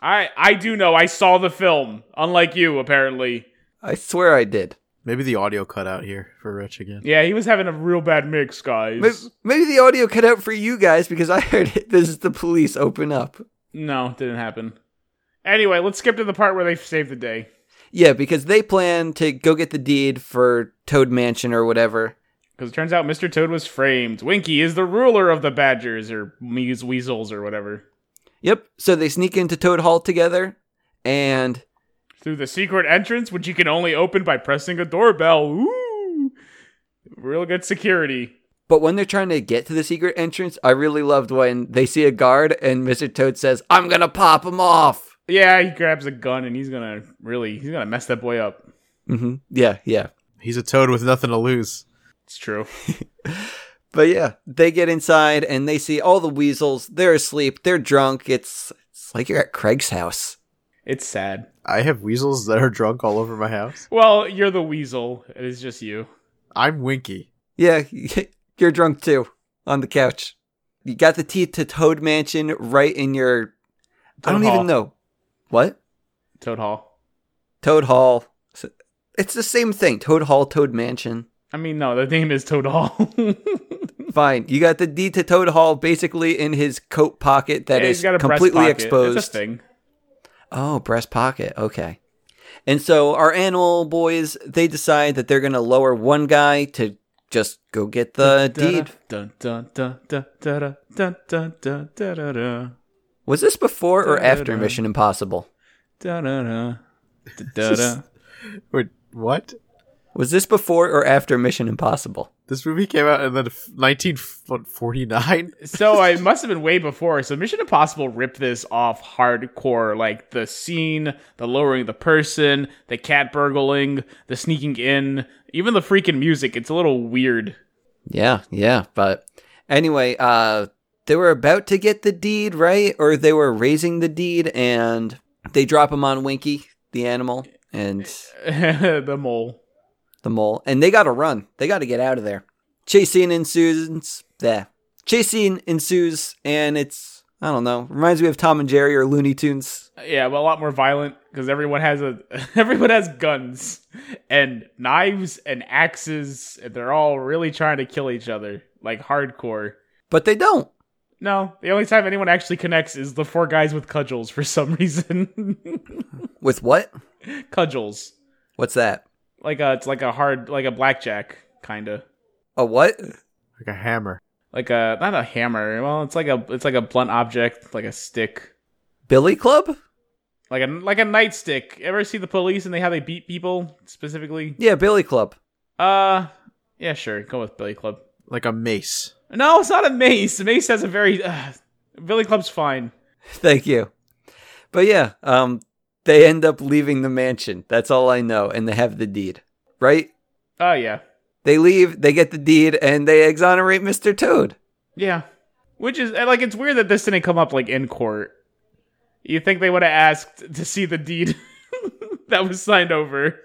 Speaker 1: I I do know. I saw the film. Unlike you, apparently.
Speaker 3: I swear I did.
Speaker 4: Maybe the audio cut out here for Rich again.
Speaker 1: Yeah, he was having a real bad mix, guys.
Speaker 3: Maybe, maybe the audio cut out for you guys because I heard it. This is the police open up.
Speaker 1: No, didn't happen. Anyway, let's skip to the part where they save the day.
Speaker 3: Yeah, because they plan to go get the deed for Toad Mansion or whatever.
Speaker 1: Because it turns out Mr. Toad was framed. Winky is the ruler of the Badgers or Mees Weasels or whatever.
Speaker 3: Yep. So they sneak into Toad Hall together and
Speaker 1: Through the secret entrance, which you can only open by pressing a doorbell. Ooh. Real good security.
Speaker 3: but when they're trying to get to the secret entrance, I really loved when they see a guard and Mr. Toad says, "I'm going to pop him off."
Speaker 1: Yeah, he grabs a gun and he's gonna really he's gonna mess that boy up.
Speaker 3: Mhm. Yeah, yeah.
Speaker 4: He's a toad with nothing to lose.
Speaker 1: It's true.
Speaker 3: But yeah, they get inside and they see all the weasels. They're asleep. They're drunk. It's it's like you're at Craig's house.
Speaker 1: It's sad.
Speaker 4: I have weasels that are drunk all over my house.
Speaker 1: Well, you're the weasel. It is just you.
Speaker 4: I'm Winky.
Speaker 3: Yeah, you're drunk too on the couch. You got the tea to Toad Mansion right in your. I
Speaker 1: Toad
Speaker 3: don't
Speaker 1: Hall.
Speaker 3: even know. What?
Speaker 1: Toad Hall.
Speaker 3: Toad Hall. It's the same thing. Toad Hall, Toad Mansion.
Speaker 1: I mean no, the name is Toad Hall.
Speaker 3: Fine. You got the D to Toad Hall basically in his coat pocket that
Speaker 1: Yeah, he's
Speaker 3: is
Speaker 1: got a breast
Speaker 3: completely
Speaker 1: pocket.
Speaker 3: exposed.
Speaker 1: It's a thing.
Speaker 3: Oh, breast pocket. Okay. And so our animal boys, they decide that they're going to lower one guy to just go get the deed.
Speaker 1: Dun, dun, dun, dun, dun, dun, dun, dun, dun, dun, dun, dun.
Speaker 3: Was this before or after
Speaker 1: Da-da-da.
Speaker 3: Mission Impossible?
Speaker 1: Da-da-da. Da-da-da.
Speaker 4: Wait, what?
Speaker 3: Was this before or after Mission Impossible?
Speaker 4: This movie came out in the f- 1949.
Speaker 1: so I must have been way before. So Mission Impossible ripped this off hardcore, like the scene, the lowering of the person, the cat burgling, the sneaking in, even the freaking music. It's a little weird.
Speaker 3: Yeah, yeah, but anyway, uh they were about to get the deed, right? Or they were raising the deed and they drop him on Winky, the animal, and
Speaker 1: the mole.
Speaker 3: the mole, and they got to run. They got to get out of there. Chase scene ensues. There. Chase scene ensues, and it's I don't know. Reminds me of Tom and Jerry or Looney Tunes.
Speaker 1: Yeah, but a lot more violent because everyone has a everyone has guns and knives and axes. And they're all really trying to kill each other, like hardcore.
Speaker 3: But they don't.
Speaker 1: No, the only time anyone actually connects is the four guys with cudgels for some reason.
Speaker 3: With what?
Speaker 1: cudgels,
Speaker 3: What's that?
Speaker 1: like a it's like a hard like a blackjack kind of
Speaker 3: A what?
Speaker 4: Like a hammer.
Speaker 1: like a not a hammer. Well, it's like a it's like a blunt object, like a stick,
Speaker 3: Billy club?
Speaker 1: like a like a nightstick. Ever see the police and they how they beat people specifically?
Speaker 3: Yeah, Billy club.
Speaker 1: Uh, yeah, sure, go with Billy Club.
Speaker 4: Like a mace.
Speaker 1: No, it's not a mace. The mace has a very. Uh, Billy Club's fine.
Speaker 3: Thank you. But yeah, um, they end up leaving the mansion. That's all I know. And they have the deed, right?
Speaker 1: Oh, yeah.
Speaker 3: They leave, they get the deed, and they exonerate Mr. Toad.
Speaker 1: Yeah. Which is, and, like, it's weird that this didn't come up, like, in court. You think they would have asked to see the deed that was signed over.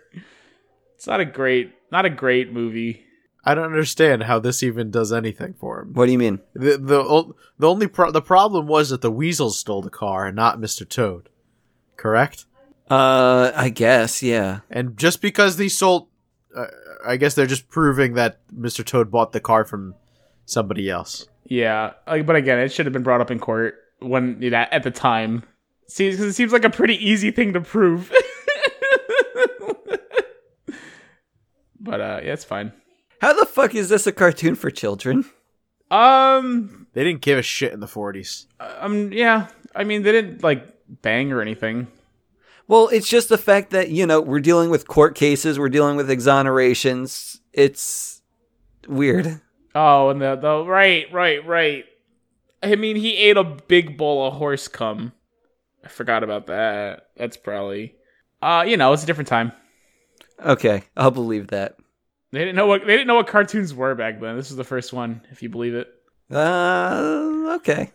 Speaker 1: It's not a great, not a great movie.
Speaker 4: I don't understand how this even does anything for him.
Speaker 3: What do you mean?
Speaker 4: The the, ol- the only pro- the problem was that the weasels stole the car and not Mr. Toad. Correct?
Speaker 3: Uh, I guess, yeah.
Speaker 4: And just because they sold uh, I guess they're just proving that Mr. Toad bought the car from somebody else.
Speaker 1: Yeah. Like, but again, it should have been brought up in court when, you know, at the time. See, 'cause it seems like a pretty easy thing to prove. but, uh, yeah, it's fine.
Speaker 3: How the fuck is this a cartoon for children?
Speaker 1: Um,
Speaker 4: They didn't give a shit in the 40s.
Speaker 1: um, yeah. I mean, they didn't like bang or anything.
Speaker 3: Well, it's just the fact that, you know, we're dealing with court cases, we're dealing with exonerations. It's weird.
Speaker 1: Oh, and the the right, right, right. I mean, he ate a big bowl of horse cum. I forgot about that. That's probably, uh, you know, it's a different time.
Speaker 3: Okay, I'll believe that.
Speaker 1: They didn't know what they didn't know what cartoons were back then. This was the first one, if you believe it.
Speaker 3: Uh, okay.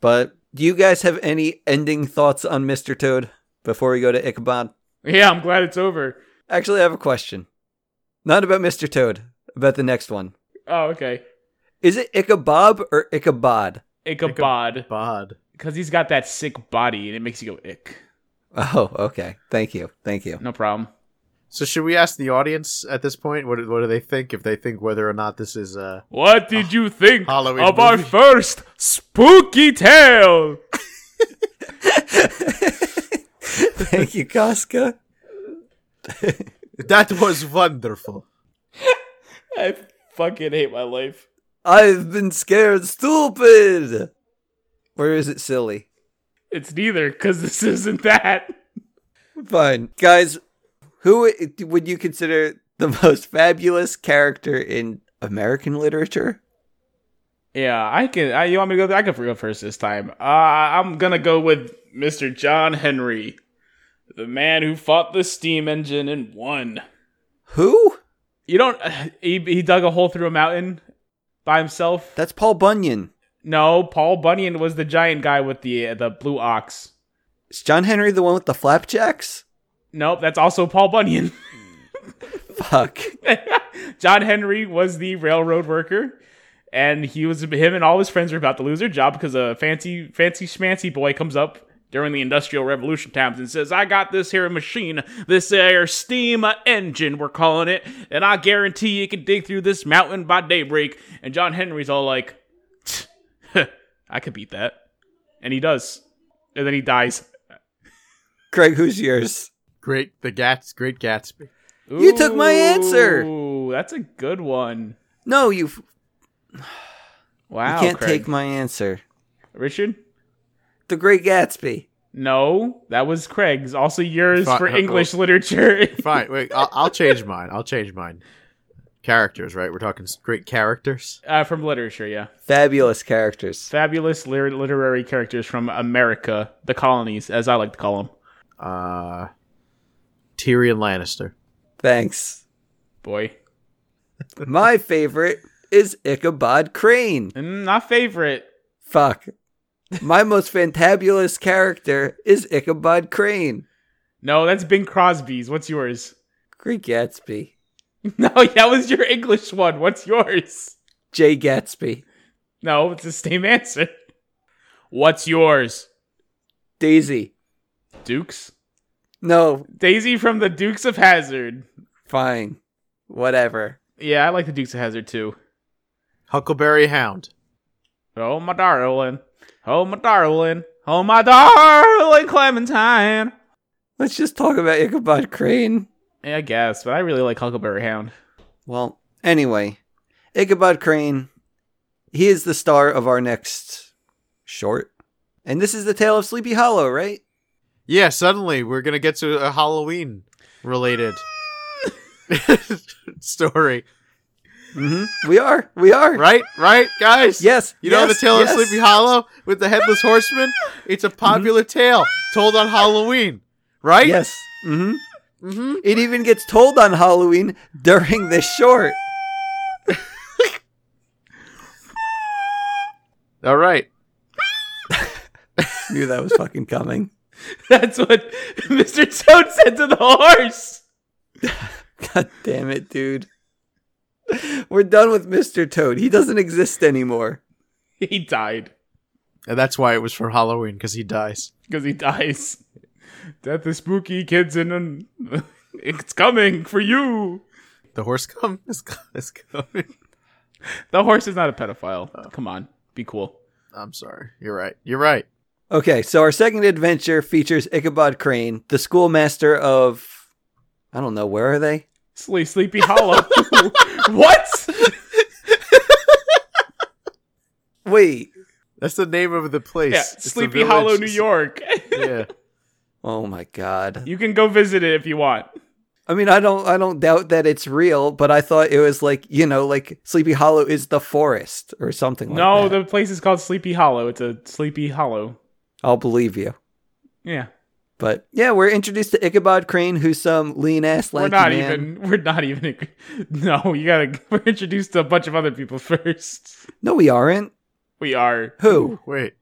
Speaker 3: But do you guys have any ending thoughts on Mr. Toad before we go to Ichabod?
Speaker 1: Yeah, I'm glad it's over.
Speaker 3: Actually, I have a question. Not about Mr. Toad, about the next one.
Speaker 1: Oh, okay.
Speaker 3: Is it Ichabod or Ichabod?
Speaker 1: Ichabod,
Speaker 4: Bod.
Speaker 1: because he's got that sick body, and it makes you go ick.
Speaker 3: Oh, okay. Thank you. Thank you.
Speaker 1: No problem.
Speaker 4: So should we ask the audience at this point what what do they think if they think whether or not this is uh
Speaker 1: What did you think
Speaker 4: Halloween
Speaker 1: of our
Speaker 4: movie.
Speaker 1: first spooky tale?
Speaker 3: Thank you, Casca.
Speaker 4: that was wonderful.
Speaker 1: I fucking hate my life.
Speaker 3: I've been scared stupid. Where is it silly?
Speaker 1: It's neither because this isn't that.
Speaker 3: Fine. Guys, who i- would you consider the most fabulous character in American literature?
Speaker 1: Yeah, I can. I, you want me to go? I can go first this time. Uh, I'm gonna go with Mr. John Henry, the man who fought the steam engine and won.
Speaker 3: Who?
Speaker 1: You don't. he he dug a hole through a mountain by himself.
Speaker 3: That's Paul Bunyan.
Speaker 1: no, Paul Bunyan was the giant guy with the uh, the blue ox.
Speaker 3: Is John Henry the one with the flapjacks?
Speaker 1: Nope, that's also Paul Bunyan.
Speaker 3: Fuck.
Speaker 1: John Henry was the railroad worker, and he was him and all his friends were about to lose their job because a fancy fancy schmancy boy comes up during the Industrial Revolution times and says, "I got this here machine, this air steam engine, we're calling it, and I guarantee it can dig through this mountain by daybreak." And John Henry's all like, "Huh, "I could beat that," and he does, and then he dies.
Speaker 3: Craig, who's yours?
Speaker 4: Great the Gats Great Gatsby.
Speaker 3: You took my answer.
Speaker 1: Ooh, that's a good one.
Speaker 3: No, you, f- you
Speaker 1: Wow,
Speaker 3: can't
Speaker 1: Craig.
Speaker 3: take my answer.
Speaker 1: Richard.
Speaker 3: The Great Gatsby.
Speaker 1: No, that was Craig's. Also yours
Speaker 4: Fi-
Speaker 1: for
Speaker 4: uh,
Speaker 1: English literature.
Speaker 4: Fine, wait, I'll, I'll change mine. I'll change mine. Characters, right? We're talking s- great characters.
Speaker 1: uh, from literature, yeah.
Speaker 3: Fabulous characters.
Speaker 1: Fabulous lir- literary characters from America, the colonies, as I like to call them.
Speaker 4: Uh Tyrion Lannister.
Speaker 3: Thanks.
Speaker 1: Boy.
Speaker 3: My favorite is Ichabod Crane.
Speaker 1: Mm, not favorite.
Speaker 3: Fuck. My most fantabulous character is Ichabod Crane.
Speaker 1: No, that's Bing Crosby's. What's yours?
Speaker 3: Great Gatsby.
Speaker 1: No, that was your English one. What's yours?
Speaker 3: Jay Gatsby.
Speaker 1: No, it's the same answer. What's yours?
Speaker 3: Daisy.
Speaker 1: Dukes?
Speaker 3: No,
Speaker 1: Daisy from the Dukes of Hazard.
Speaker 3: fine. Whatever.
Speaker 1: Yeah, I like the Dukes of Hazard too.
Speaker 4: Huckleberry Hound.
Speaker 1: Oh my darling, oh my darling, oh my darling Clementine.
Speaker 3: Let's just talk about Ichabod Crane.
Speaker 1: Yeah, I guess, but I really like Huckleberry Hound.
Speaker 3: Well, anyway, Ichabod Crane, he is the star of our next short. And this is the tale of Sleepy Hollow, right?
Speaker 4: Yeah, suddenly we're gonna get to a Halloween related story.
Speaker 3: Mm-hmm. We are. We are.
Speaker 4: Right? Right, guys?
Speaker 3: Yes.
Speaker 4: You know
Speaker 3: yes,
Speaker 4: the tale
Speaker 3: yes. Mm-hmm.
Speaker 4: of Sleepy Hollow with the headless horseman? It's a popular tale told on Halloween, right?
Speaker 3: Yes. Mm-hmm.
Speaker 4: Mm-hmm.
Speaker 3: It even gets told on Halloween during this short.
Speaker 4: All right.
Speaker 3: Knew that was fucking coming.
Speaker 1: That's what Mr. Toad said to the horse.
Speaker 3: God damn it, dude. We're done with Mr. Toad. He doesn't exist anymore.
Speaker 1: He died
Speaker 4: And that's why it was for Halloween, because he dies.
Speaker 1: because he dies. Death is spooky, kids, and um, it's coming for you.
Speaker 4: The horse come is, co- is coming.
Speaker 1: The horse is not a pedophile. Come on, be cool.
Speaker 4: I'm sorry. You're right. You're right.
Speaker 3: Okay, so our second adventure features Ichabod Crane, the schoolmaster of I don't know, where are they?
Speaker 1: Sleep, Sleepy Hollow. what?
Speaker 3: Wait.
Speaker 4: That's the name of the place.
Speaker 1: Yeah,
Speaker 4: It's the
Speaker 1: Sleepy
Speaker 4: village.
Speaker 1: Hollow, New York.
Speaker 4: Yeah.
Speaker 3: Oh my god.
Speaker 1: you can go visit it if you want.
Speaker 3: I mean, I don't I don't doubt that it's real, but I thought it was like, you know, like Sleepy Hollow is the forest or something like
Speaker 1: no,
Speaker 3: that.
Speaker 1: the place is called Sleepy Hollow. It's a Sleepy Hollow.
Speaker 3: I'll believe you.
Speaker 1: Yeah,
Speaker 3: But yeah, we're introduced to Ichabod Crane, who's some lean ass lanky
Speaker 1: we're not
Speaker 3: man.
Speaker 1: even. We're not even. ag- No, you gotta. We're introduced to a bunch of other people first.
Speaker 3: No, we aren't.
Speaker 1: We are
Speaker 3: Who?
Speaker 4: Wait.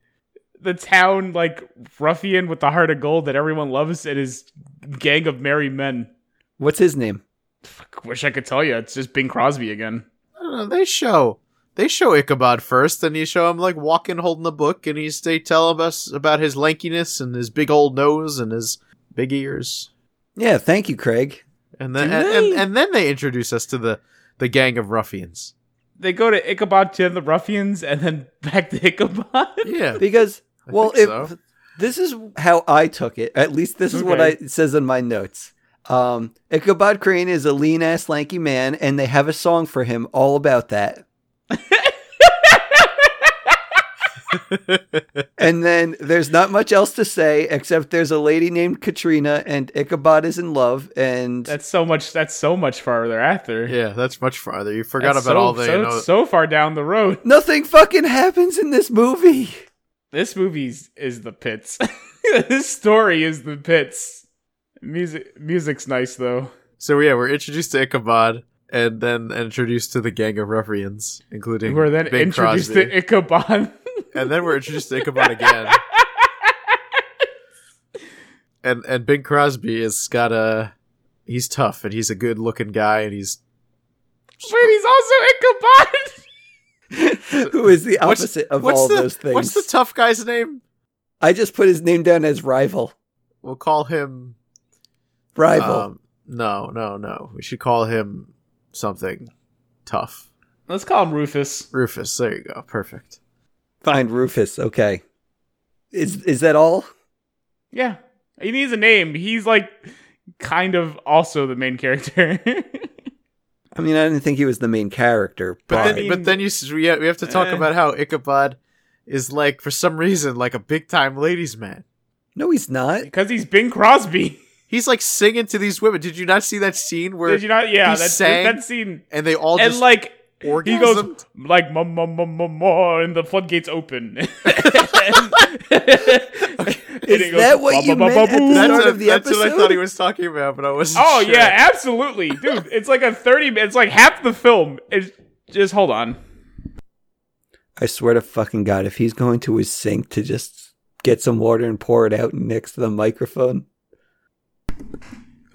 Speaker 1: the town like ruffian with the heart of gold that everyone loves and his gang of merry men.
Speaker 3: What's his name?
Speaker 1: Fuck, wish I could tell you. It's just Bing Crosby again.
Speaker 4: I don't know. They show they show Ichabod first, and you show him like walking, holding a book, and he's they tell us about his lankiness and his big old nose and his big ears,
Speaker 3: Yeah, thank you, Craig.
Speaker 4: and then
Speaker 1: Do
Speaker 4: and,
Speaker 1: they?
Speaker 4: and, and then they introduce us to the the gang of ruffians.
Speaker 1: They go to Ichabod to the ruffians and then back to Ichabod.
Speaker 4: Yeah,
Speaker 3: Because
Speaker 4: I
Speaker 3: well,
Speaker 4: think
Speaker 3: if-
Speaker 4: so.
Speaker 3: this is how I took it. At least this is what I,
Speaker 1: Okay.
Speaker 3: it says in my notes. Um, Ichabod Crane is a lean ass lanky man, and they have a song for him all about that. And then there's not much else to say except there's a lady named Katrina, and Ichabod is in love, and
Speaker 1: that's so much. That's so much farther after.
Speaker 4: yeah, that's much farther. You forgot
Speaker 1: That's
Speaker 4: about
Speaker 1: so,
Speaker 4: all the
Speaker 1: so,
Speaker 4: you know,
Speaker 1: so far down the road.
Speaker 3: nothing fucking happens in this movie.
Speaker 1: This movie's is the pits. this story is the pits. Music music's nice though.
Speaker 4: so yeah, we're introduced to Ichabod. And then introduced to the gang of ruffians, including
Speaker 1: We're then
Speaker 4: Bing
Speaker 1: introduced
Speaker 4: Crosby.
Speaker 1: to Ichabod.
Speaker 4: and then we're introduced to Ichabod again. and and Bing Crosby has got a he's tough and he's a good looking guy and he's
Speaker 1: Wait, he's also Ichabod.
Speaker 3: Who is the opposite of all
Speaker 4: the,
Speaker 3: those things?
Speaker 4: What's the tough guy's name?
Speaker 3: I just put his name down as rival.
Speaker 4: We'll call him
Speaker 3: Rival.
Speaker 4: um, no no no. We should call him something tough.
Speaker 1: Let's call him Rufus.
Speaker 4: Rufus. There you go. Perfect.
Speaker 3: Find Rufus. Okay. Is is that all?
Speaker 1: Yeah, he needs a name. He's like kind of also the main character.
Speaker 3: I mean, I didn't think he was the main character,
Speaker 4: But
Speaker 3: but
Speaker 4: then,
Speaker 1: Right.
Speaker 4: but then you s- we ha- we have to talk
Speaker 1: Eh.
Speaker 4: about how Ichabod is like for some reason like a big time ladies man.
Speaker 3: no, he's not.
Speaker 1: Because he's Bing Crosby.
Speaker 4: He's like singing to these women. Did you not see that scene where
Speaker 1: Did you not? Yeah,
Speaker 4: he
Speaker 1: that's
Speaker 4: sang
Speaker 1: that scene.
Speaker 4: and they all
Speaker 1: And
Speaker 4: just
Speaker 1: like he goes
Speaker 4: orgasmed?
Speaker 1: like mum mum mum mum mum, and the floodgates open. Is
Speaker 3: Is that what you meant at the start of the
Speaker 4: that's what I
Speaker 3: episode?
Speaker 4: thought he was talking about, but I wasn't.
Speaker 1: Oh
Speaker 4: sure.
Speaker 1: yeah, absolutely, dude. It's like a thirty. min- It's like half the film. It's just hold on.
Speaker 3: I swear to fucking god, if he's going to his sink to just get some water and pour it out next to the microphone,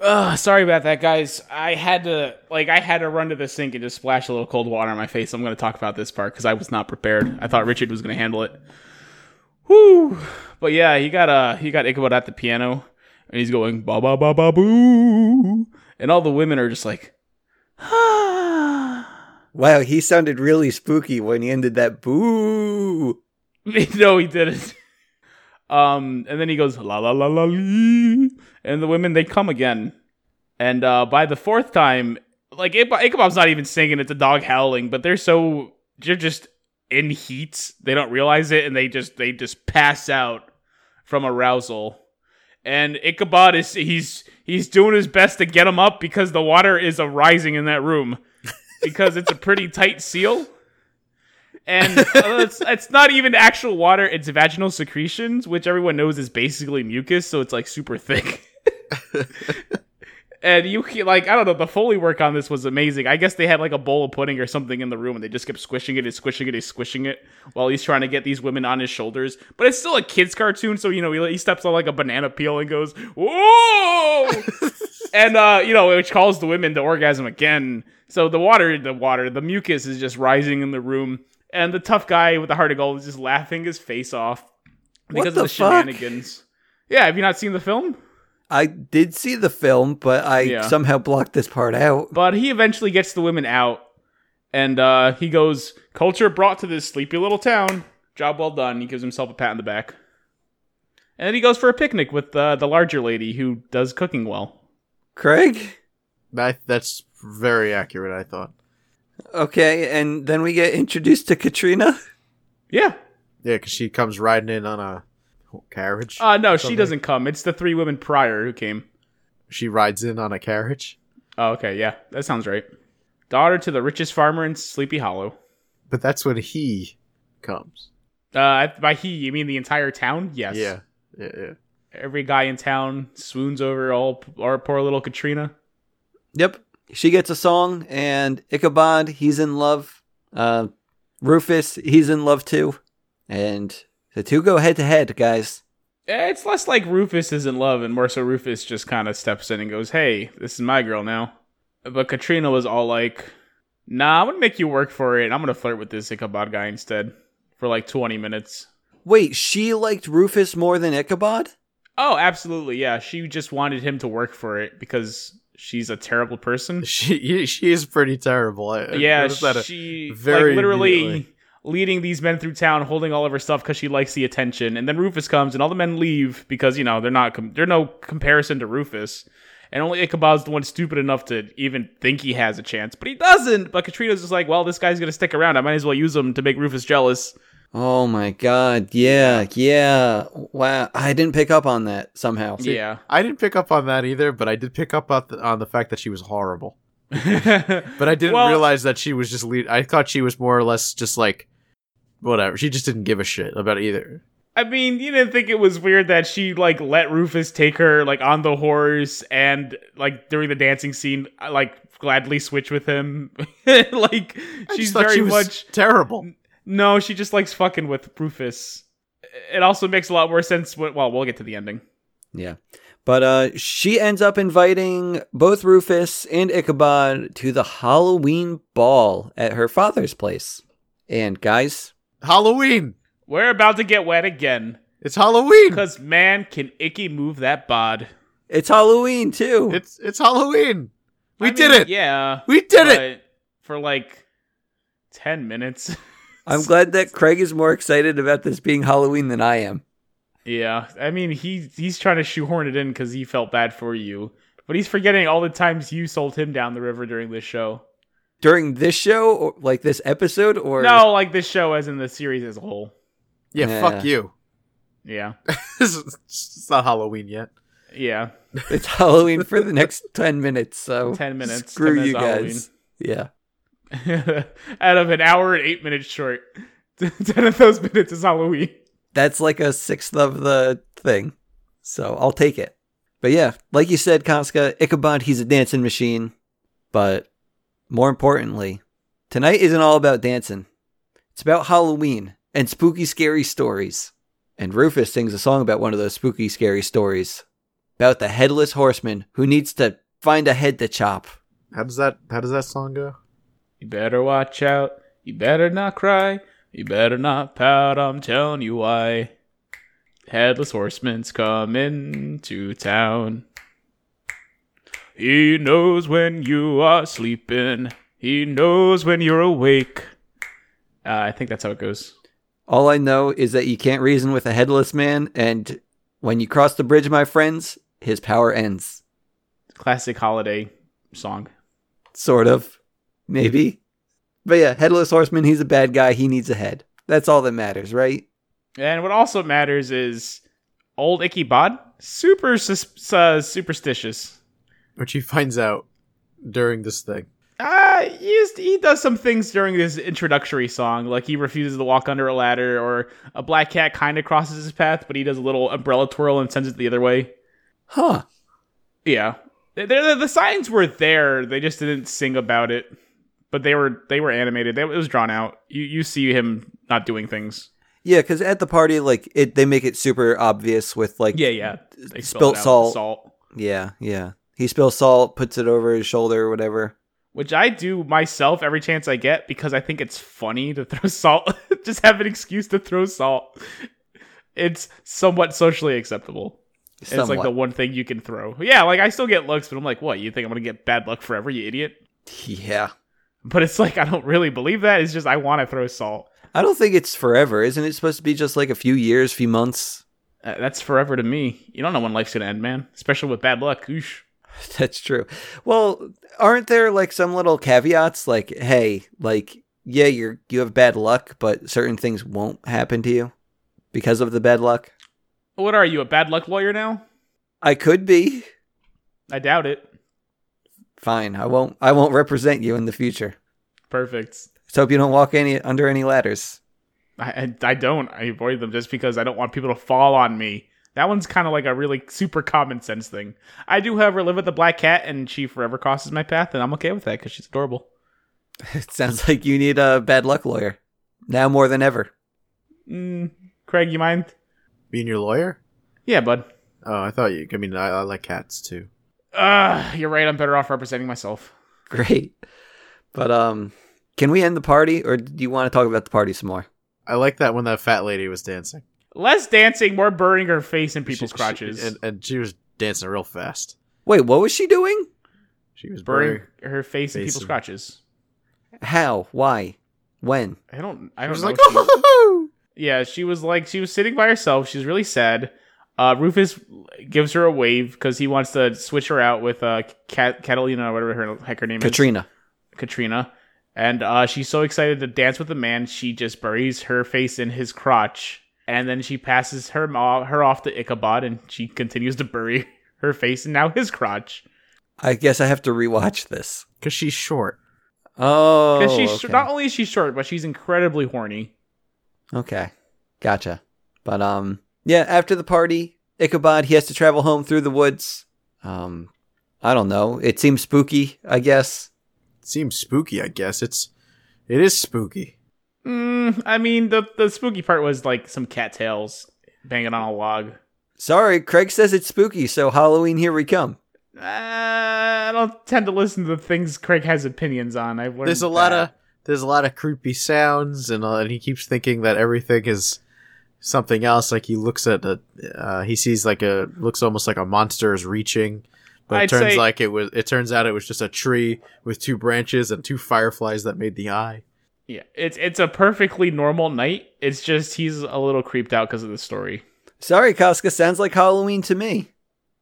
Speaker 1: Ugh, sorry about that, guys. I had to like I had to run to the sink and just splash a little cold water on my face. I'm going to talk about this part because I was not prepared. I thought Richard was going to handle it. Whoo! But yeah, he got uh he got Ichabod at the piano, and he's going ba ba ba ba boo, and all the women are just like, "Ah."
Speaker 3: wow, he sounded really spooky when he ended that boo.
Speaker 1: no, he didn't. Um, and then he goes la la la la lee, and the women they come again, and uh, by the fourth time, like Ichabod, Ichabod's not even singing; it's a dog howling. But they're so they're just in heat; they don't realize it, and they just they just pass out from arousal. And Ichabod is he's he's doing his best to get him up because the water is arising in that room. because it's a pretty tight seal. And uh, it's, it's not even actual water, it's vaginal secretions, which everyone knows is basically mucus, so it's like super thick. and you can, like, I don't know, the Foley work on this was amazing. I guess they had like a bowl of pudding or something in the room and they just kept squishing it and squishing it and squishing it while he's trying to get these women on his shoulders. But it's still a kid's cartoon, so, you know, he, he steps on like a banana peel and goes, Whoa! and uh, you know, which calls the women to orgasm again. So the water, the water, the mucus is just rising in the room, and the tough guy with the heart of gold is just laughing his face off because of
Speaker 3: the
Speaker 1: the
Speaker 3: fuck?
Speaker 1: shenanigans. Yeah, have you not seen the film?
Speaker 3: I did see the film, but I
Speaker 1: Yeah.
Speaker 3: somehow blocked this part out.
Speaker 1: But he eventually gets the women out, and uh, he goes, "Culture brought to this sleepy little town. Job well done." He gives himself a pat on the back, and then he goes for a picnic with uh, the larger lady who does cooking well.
Speaker 3: Craig?
Speaker 4: That, that's very accurate, I thought.
Speaker 3: Okay, and then we get introduced to Katrina.
Speaker 1: Yeah,
Speaker 4: Yeah, because she comes riding in on a carriage.
Speaker 1: uh, no, she
Speaker 4: Something.
Speaker 1: doesn't come. It's the three women prior who came.
Speaker 4: she rides in on a carriage.
Speaker 1: Oh, okay, yeah, that sounds right. Daughter to the richest farmer in Sleepy Hollow.
Speaker 4: But that's when he comes.
Speaker 1: Uh, by he, you mean the entire town? Yes.
Speaker 4: Yeah. Yeah, yeah.
Speaker 1: Every guy in town swoons over all our poor little Katrina.
Speaker 3: Yep. She gets a song, and Ichabod, he's in love. Uh, Rufus, he's in love too. And the two go head to head, guys.
Speaker 1: Eh, It's less like Rufus is in love, and more so Rufus just kind of steps in and goes, "Hey, this is my girl now." But Katrina was all like, "Nah, I'm gonna make you work for it. and I'm gonna flirt with this Ichabod guy instead for like 20 minutes."
Speaker 3: Wait, she liked Rufus more than Ichabod?
Speaker 1: Oh, absolutely, yeah. She just wanted him to work for it because she's a terrible person.
Speaker 4: She she is pretty terrible. I, I
Speaker 1: yeah,
Speaker 4: noticed that a-
Speaker 1: she
Speaker 4: very
Speaker 1: like literally
Speaker 4: immediately.
Speaker 1: leading these men through town, holding all of her stuff because she likes the attention. And then Rufus comes, and all the men leave because you know they're not com- they're no comparison to Rufus. And only Ichabod's the one stupid enough to even think he has a chance, but he doesn't. But Katrina's just like, well, this guy's gonna stick around. I might as well use him to make Rufus jealous.
Speaker 3: Oh my god, yeah, yeah. Wow, I didn't pick up on that somehow.
Speaker 1: yeah,
Speaker 4: I didn't pick up on that either, but I did pick up on the, on the fact that she was horrible. But I didn't
Speaker 1: Well-
Speaker 4: realize that she was just lead. I thought she was more or less just like whatever. She just didn't give a shit about it either.
Speaker 1: I mean, you didn't think it was weird that she like let Rufus take her like on the horse and like during the dancing scene, I, like gladly switch with him. like
Speaker 4: I
Speaker 1: she's
Speaker 4: just thought
Speaker 1: very
Speaker 4: she was
Speaker 1: much
Speaker 4: terrible.
Speaker 1: no, she just likes fucking with Rufus. It also makes a lot more sense. When, well, we'll get to the ending.
Speaker 3: Yeah. But uh, she ends up inviting both Rufus and Ichabod to the Halloween ball at her father's place. And guys,
Speaker 4: Halloween.
Speaker 1: We're about to get wet again
Speaker 4: It's Halloween.
Speaker 1: because man, can Icky move that bod?
Speaker 3: it's Halloween too.
Speaker 4: It's it's Halloween. We
Speaker 1: I
Speaker 4: did
Speaker 1: mean,
Speaker 4: it.
Speaker 1: Yeah,
Speaker 4: We did it.
Speaker 1: but for like ten minutes.
Speaker 3: I'm glad that Craig is more excited about this being Halloween than I am.
Speaker 1: Yeah, I mean he he's trying to shoehorn it in because he felt bad for you, but he's forgetting all the times you sold him down the river during this show.
Speaker 3: During this show, or like this episode, or
Speaker 1: No, like this show as in the series as a whole.
Speaker 4: Yeah,
Speaker 3: Yeah.
Speaker 4: fuck you.
Speaker 1: Yeah,
Speaker 4: This is- it's not Halloween yet.
Speaker 1: yeah,
Speaker 3: it's Halloween for the next ten minutes. So
Speaker 1: ten minutes.
Speaker 3: Screw
Speaker 1: 10
Speaker 3: you
Speaker 1: minutes
Speaker 3: guys. Yeah.
Speaker 1: of Halloween. Out of an hour and eight minutes short, ten of those minutes is Halloween.
Speaker 3: that's like a sixth of the thing. So I'll take it. But yeah, like you said, Koska, Ichabod, he's a dancing machine. But more importantly, tonight isn't all about dancing. It's about Halloween and spooky, scary stories. And Rufus sings a song about one of those spooky, scary stories about the headless horseman who needs to find a head to chop.
Speaker 4: How does that How does that song go?
Speaker 1: You better watch out. You better not cry. You better not pout. I'm telling you why. Headless horseman's coming to town. He knows when you are sleeping. He knows when you're awake. Uh, I think that's how it goes.
Speaker 3: All I know is that you can't reason with a headless man, and when you cross the bridge, my friends, his power ends.
Speaker 1: Classic holiday song.
Speaker 3: sort of, maybe. But yeah, headless horseman. He's a bad guy. He needs a head. That's all that matters, right?
Speaker 1: And what also matters is old Icky Bod, super sus- uh, superstitious.
Speaker 4: Which he finds out during this thing.
Speaker 1: Uh, he, is, he does some things during his introductory song, like he refuses to walk under a ladder, or a black cat kind of crosses his path, but he does a little umbrella twirl and sends it the other way.
Speaker 3: Huh.
Speaker 1: Yeah, they the, the signs were there; they just didn't sing about it. But they were they were animated. They, it was drawn out. You you see him not doing things.
Speaker 3: Yeah, because at the party, like it, they make it super obvious with like
Speaker 1: Yeah, yeah. They
Speaker 3: Spilt
Speaker 1: it out,
Speaker 3: salt.
Speaker 1: salt,
Speaker 3: yeah, yeah. He spills salt, puts it over his shoulder, or whatever.
Speaker 1: which I do myself every chance I get because I think it's funny to throw salt. Just have an excuse to throw salt. It's somewhat socially acceptable. And It's like the
Speaker 3: Somewhat.
Speaker 1: one thing you can throw. Yeah, like I still get looks, but I'm like, what? You think I'm gonna get bad luck forever, you idiot?
Speaker 3: yeah.
Speaker 1: But it's like I don't really believe that. It's just I want to throw salt.
Speaker 3: I don't think it's forever. Isn't it supposed to be just like a few years, few months?
Speaker 1: Uh, that's forever to me. You don't know when life's gonna end, man. Especially with bad luck. Oosh.
Speaker 3: That's true. Well, aren't there like some little caveats like, hey, like yeah, you're you have bad luck, but certain things won't happen to you because of the bad luck?
Speaker 1: What are you, a bad luck lawyer now?
Speaker 3: I could be.
Speaker 1: I doubt it.
Speaker 3: Fine. I won't I won't represent you in the future.
Speaker 1: Perfect.
Speaker 3: Just hope you don't walk any under any ladders.
Speaker 1: I, I I don't. I avoid them just because I don't want people to fall on me. That one's kind of like a really super common sense thing. I do, however, live with the black cat, and she forever crosses my path, and I'm okay with that because she's adorable.
Speaker 3: It sounds like you need a bad luck lawyer. Now more than ever.
Speaker 1: Mm, Craig, you mind?
Speaker 4: Being your lawyer?
Speaker 1: Yeah, bud.
Speaker 4: Oh, I thought you. I mean, I, I like cats too.
Speaker 1: Uh, you're right. I'm better off representing myself.
Speaker 3: Great. But um can we end the party or do you want to talk about the party some more?
Speaker 4: I like that when that fat lady was dancing.
Speaker 1: Less dancing, more burning her face in people's
Speaker 4: She- she-
Speaker 1: crotches.
Speaker 4: and, and she was dancing real fast.
Speaker 3: Wait, what was she doing?
Speaker 4: She was
Speaker 1: burning
Speaker 4: burning.
Speaker 1: her face in
Speaker 4: Face
Speaker 1: people's
Speaker 4: in-
Speaker 1: crotches.
Speaker 3: How? Why? When?
Speaker 1: I don't. I
Speaker 4: I
Speaker 1: don't
Speaker 4: was
Speaker 1: know.
Speaker 4: like,
Speaker 1: if she- yeah, she was like she was sitting by herself. She's really sad. Uh, Rufus gives her a wave because he wants to switch her out with uh, Cat- Catalina, or whatever her heck her name is,
Speaker 3: Katrina.
Speaker 1: Katrina. And uh, she's so excited to dance with the man, she just buries her face in his crotch, and then she passes her ma- her off to Ichabod, and she continues to bury her face in now his crotch.
Speaker 3: I guess I have to rewatch this.
Speaker 4: because she's short.
Speaker 3: Oh,
Speaker 1: Because she's sh-
Speaker 3: okay.
Speaker 1: not only is she short, but she's incredibly horny.
Speaker 3: okay, gotcha. But um, yeah. After the party, Ichabod he has to travel home through the woods. Um, I don't know. It seems spooky. I guess.
Speaker 4: Seems spooky. I guess it's. It is spooky.
Speaker 1: Mm, I mean, the the spooky part was like some cattails banging on a log.
Speaker 3: Sorry, Craig says it's spooky, so Halloween here we come.
Speaker 1: Uh, I don't tend to listen to the things Craig has opinions on. I've learned
Speaker 4: There's a lot
Speaker 1: that.
Speaker 4: of there's a lot of creepy sounds, and, uh, and he keeps thinking that everything is something else. Like he looks at a, uh, he sees like a looks almost like a monster is reaching, but it
Speaker 1: I'd
Speaker 4: turns
Speaker 1: say-
Speaker 4: like it was. It turns out it was just a tree with two branches and two fireflies that made the eye.
Speaker 1: yeah. It's it's a perfectly normal night. It's just he's a little creeped out because of the story.
Speaker 3: Sorry, Casca sounds like Halloween to me.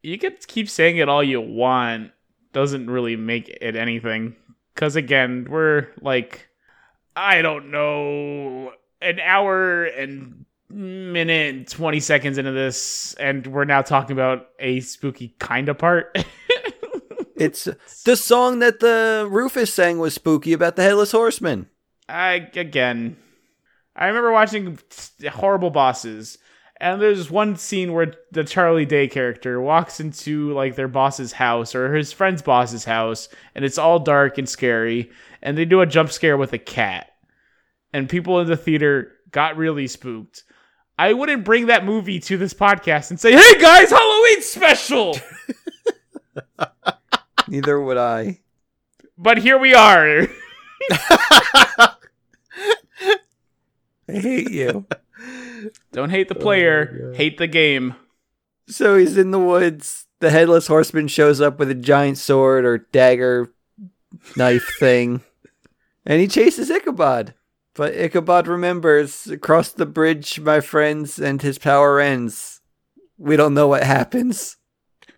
Speaker 1: You can keep saying it all you want. Doesn't really make it anything. Because again, we're like, I don't know, an hour and minute and 20 seconds into this, and we're now talking about a spooky kind of part.
Speaker 3: It's the song that the Rufus sang was spooky about the headless horseman.
Speaker 1: I again, I remember watching horrible bosses, and there's one scene where the Charlie Day character walks into like their boss's house or his friend's boss's house, and it's all dark and scary, and they do a jump scare with a cat, and people in the theater got really spooked. I wouldn't bring that movie to this podcast and say, "Hey guys, Halloween special."
Speaker 3: Neither would I.
Speaker 1: but here we are.
Speaker 3: I hate you.
Speaker 1: Don't hate the
Speaker 4: Oh,
Speaker 1: player,
Speaker 4: yeah.
Speaker 1: hate the game.
Speaker 3: So he's in the woods. The headless horseman shows up with a giant sword or dagger knife thing. And he chases Ichabod. But Ichabod remembers across the bridge, my friends, and his power ends. We don't know what happens.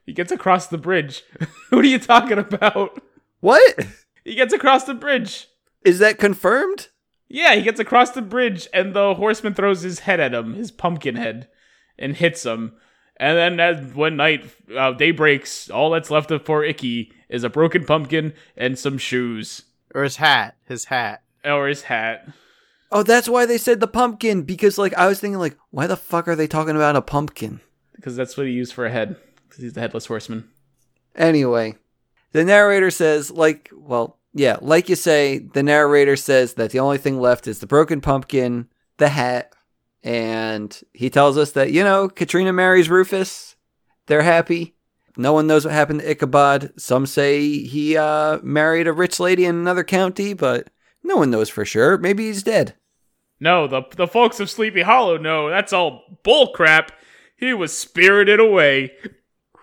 Speaker 1: He gets across the bridge. what are you talking about?
Speaker 3: What?
Speaker 1: He gets across the bridge.
Speaker 3: Is that confirmed?
Speaker 1: Yeah, he gets across the bridge, and the horseman throws his head at him, his pumpkin head, and hits him. And then as one night, uh, day breaks. All that's left of poor Icky is a broken pumpkin and some shoes.
Speaker 4: or his hat, his hat.
Speaker 1: or his hat.
Speaker 3: Oh, that's why they said the pumpkin because like I was thinking like why the fuck are they talking about a pumpkin?
Speaker 1: because that's what he used for a head. Because he's the headless horseman.
Speaker 3: Anyway, the narrator says, like, well, yeah, like you say, the narrator says that the only thing left is the broken pumpkin, the hat, and he tells us that, you know, Katrina marries Rufus. They're happy. No one knows what happened to Ichabod. Some say he uh, married a rich lady in another county, but no one knows for sure. Maybe he's dead.
Speaker 1: No, the the folks of Sleepy Hollow know that's all bullcrap. He was spirited away.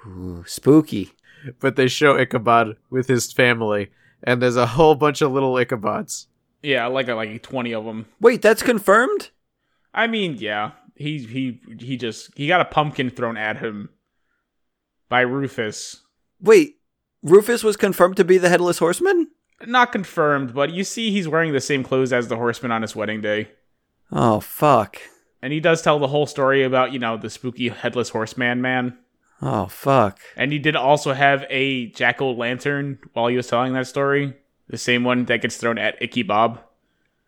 Speaker 3: Ooh, spooky.
Speaker 4: But they show Ichabod with his family, and there's a whole bunch of little Ichabods.
Speaker 1: Yeah, I like like twenty of them.
Speaker 3: Wait, that's confirmed?
Speaker 1: I mean, yeah, he he he just he got a pumpkin thrown at him by Rufus.
Speaker 3: Wait, Rufus was confirmed to be the headless horseman?
Speaker 1: Not confirmed, but you see, he's wearing the same clothes as the horseman on his wedding day,
Speaker 3: Oh, fuck.
Speaker 1: and he does tell the whole story about you know the spooky headless horseman man.
Speaker 3: Oh, fuck.
Speaker 1: And he did also have a jack o' lantern while he was telling that story. The same one that gets thrown at Icky Bob.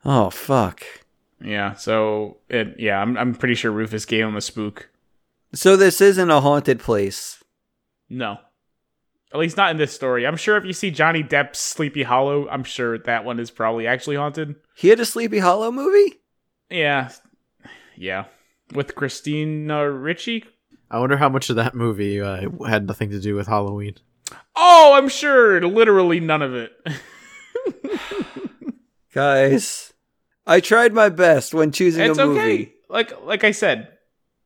Speaker 3: Oh fuck.
Speaker 1: Yeah, so it, yeah, I'm I'm pretty sure Rufus gave him a spook.
Speaker 3: So this isn't a haunted place.
Speaker 1: No. At least not in this story. I'm sure if you see Johnny Depp's Sleepy Hollow, I'm sure that one is probably actually haunted.
Speaker 3: He had a Sleepy Hollow movie?
Speaker 1: Yeah. Yeah. With Christina Ricci?
Speaker 4: I wonder how much of that movie uh, had nothing to do with Halloween.
Speaker 1: Oh, I'm sure literally none of it.
Speaker 3: Guys, I tried my best when choosing
Speaker 1: it's
Speaker 3: a movie.
Speaker 1: okay. Like like I said,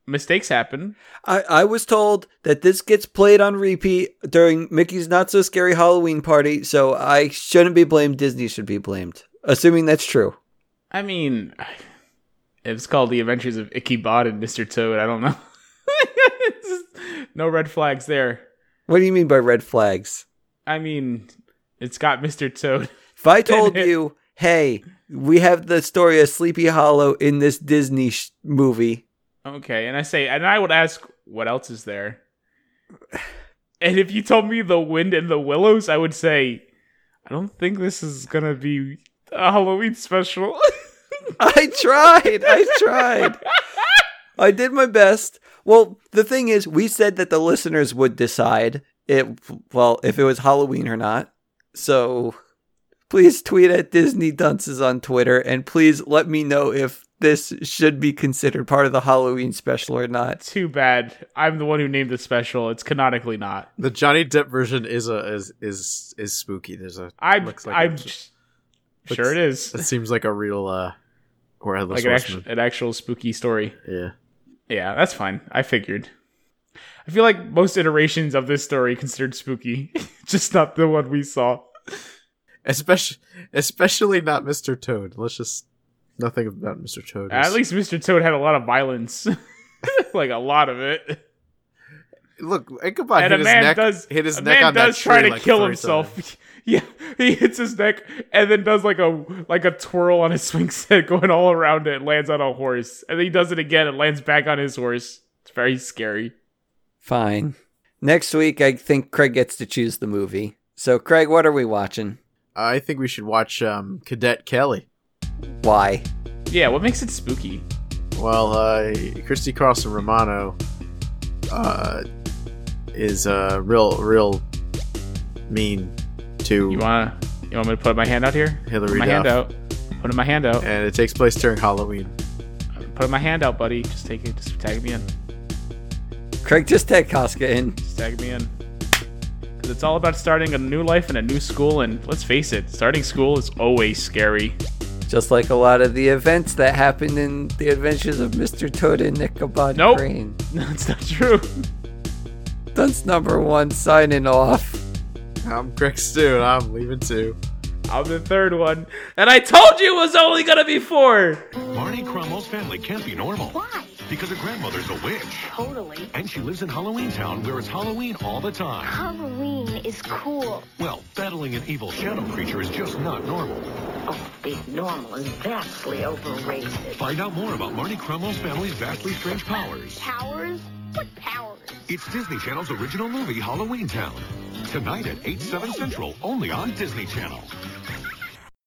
Speaker 1: mistakes happen.
Speaker 3: I, I was told that this gets played on repeat during Mickey's Not So Scary Halloween party, so I shouldn't be blamed. Disney should be blamed. Assuming that's true.
Speaker 1: I mean, it's called The Adventures of Icky Bod and Mr. Toad. I don't know. It's just- no red flags there.
Speaker 3: What do you mean by red flags?
Speaker 1: I mean, it's got Mr. Toad.
Speaker 3: If I told
Speaker 1: it.
Speaker 3: you, hey, we have the story of Sleepy Hollow in this Disney sh- movie,
Speaker 1: Okay, and I say, and I would ask, what else is there? And if you told me The Wind and the Willows, I would say, I don't think this is gonna be a Halloween special.
Speaker 3: I tried. I tried. I did my best. Well, the thing is, we said that the listeners would decide it. Well, if it was Halloween or not. So, please tweet at Disney Dunces on Twitter, and please let me know if this should be considered part of the Halloween special or not.
Speaker 1: Too bad. I'm the one who named the special. It's canonically not.
Speaker 4: The Johnny Depp version is a is is is spooky. There's a
Speaker 1: I'm.
Speaker 4: looks like
Speaker 1: I'm
Speaker 4: a-
Speaker 1: sure it is.
Speaker 4: that seems like a real uh, or headless
Speaker 1: like an actual,
Speaker 4: horseman.
Speaker 1: an actual spooky story.
Speaker 4: Yeah.
Speaker 1: Yeah, that's fine. I figured. I feel like most iterations of this story considered spooky, just not the one we saw.
Speaker 4: especially especially not Mr. Toad. Let's just nothing about Mr. Toad. is-
Speaker 1: At least Mr. Toad had a lot of violence, like a lot of it.
Speaker 4: look, Ichabod
Speaker 1: and
Speaker 4: hit
Speaker 1: a
Speaker 4: his
Speaker 1: man
Speaker 4: neck.
Speaker 1: does
Speaker 4: hit his
Speaker 1: a
Speaker 4: neck
Speaker 1: man
Speaker 4: on
Speaker 1: does
Speaker 4: that
Speaker 1: try
Speaker 4: tree,
Speaker 1: to
Speaker 4: like,
Speaker 1: kill
Speaker 4: three
Speaker 1: himself.
Speaker 4: times.
Speaker 1: Yeah, he hits his neck and then does like a like a twirl on his swing set, going all around it, and lands on a horse, and then he does it again and lands back on his horse. It's very scary.
Speaker 3: Fine. Next week, I think Craig gets to choose the movie. So, Craig, what are we watching?
Speaker 4: I think we should watch um, Cadet Kelly.
Speaker 3: Why?
Speaker 1: Yeah, what makes it spooky?
Speaker 4: Well, uh, Christy Carlson Romano uh, is uh, real real mean
Speaker 1: You
Speaker 4: to
Speaker 1: wanna you want me to put my hand out here?
Speaker 4: Hillary
Speaker 1: Put my hand
Speaker 4: Duff.
Speaker 1: out. Put my hand out.
Speaker 4: and it takes place during Halloween.
Speaker 1: Put my hand out, buddy. Just take it. Just tag me in.
Speaker 3: Craig just tag Koska in.
Speaker 1: Just tag me in. Cause it's all about starting a new life in a new school, and let's face it, starting school is always scary.
Speaker 3: Just like a lot of the events that happened in the adventures of Mr. Toad and Ichabod
Speaker 1: Nope.
Speaker 3: Crane.
Speaker 1: No, it's not true.
Speaker 3: Dunce number one signing off.
Speaker 4: I'm Greg Stu, and I'm leaving too.
Speaker 1: I'm the third one, and I told you it was only gonna be four.
Speaker 5: Barney Cromwell's family can't be normal. Why? Because her grandmother's a witch.
Speaker 6: Totally.
Speaker 5: And she lives in Halloween Town where it's Halloween all the time.
Speaker 6: Halloween is cool.
Speaker 5: Well, battling an evil shadow creature is just not normal.
Speaker 6: Oh, being normal is vastly overrated.
Speaker 5: Find out more about Barney Cromwell's family's vastly strange powers.
Speaker 6: Powers? What powers?
Speaker 5: It's Disney Channel's original movie, Halloween Town. Tonight at 8, 7 Central, only on Disney Channel.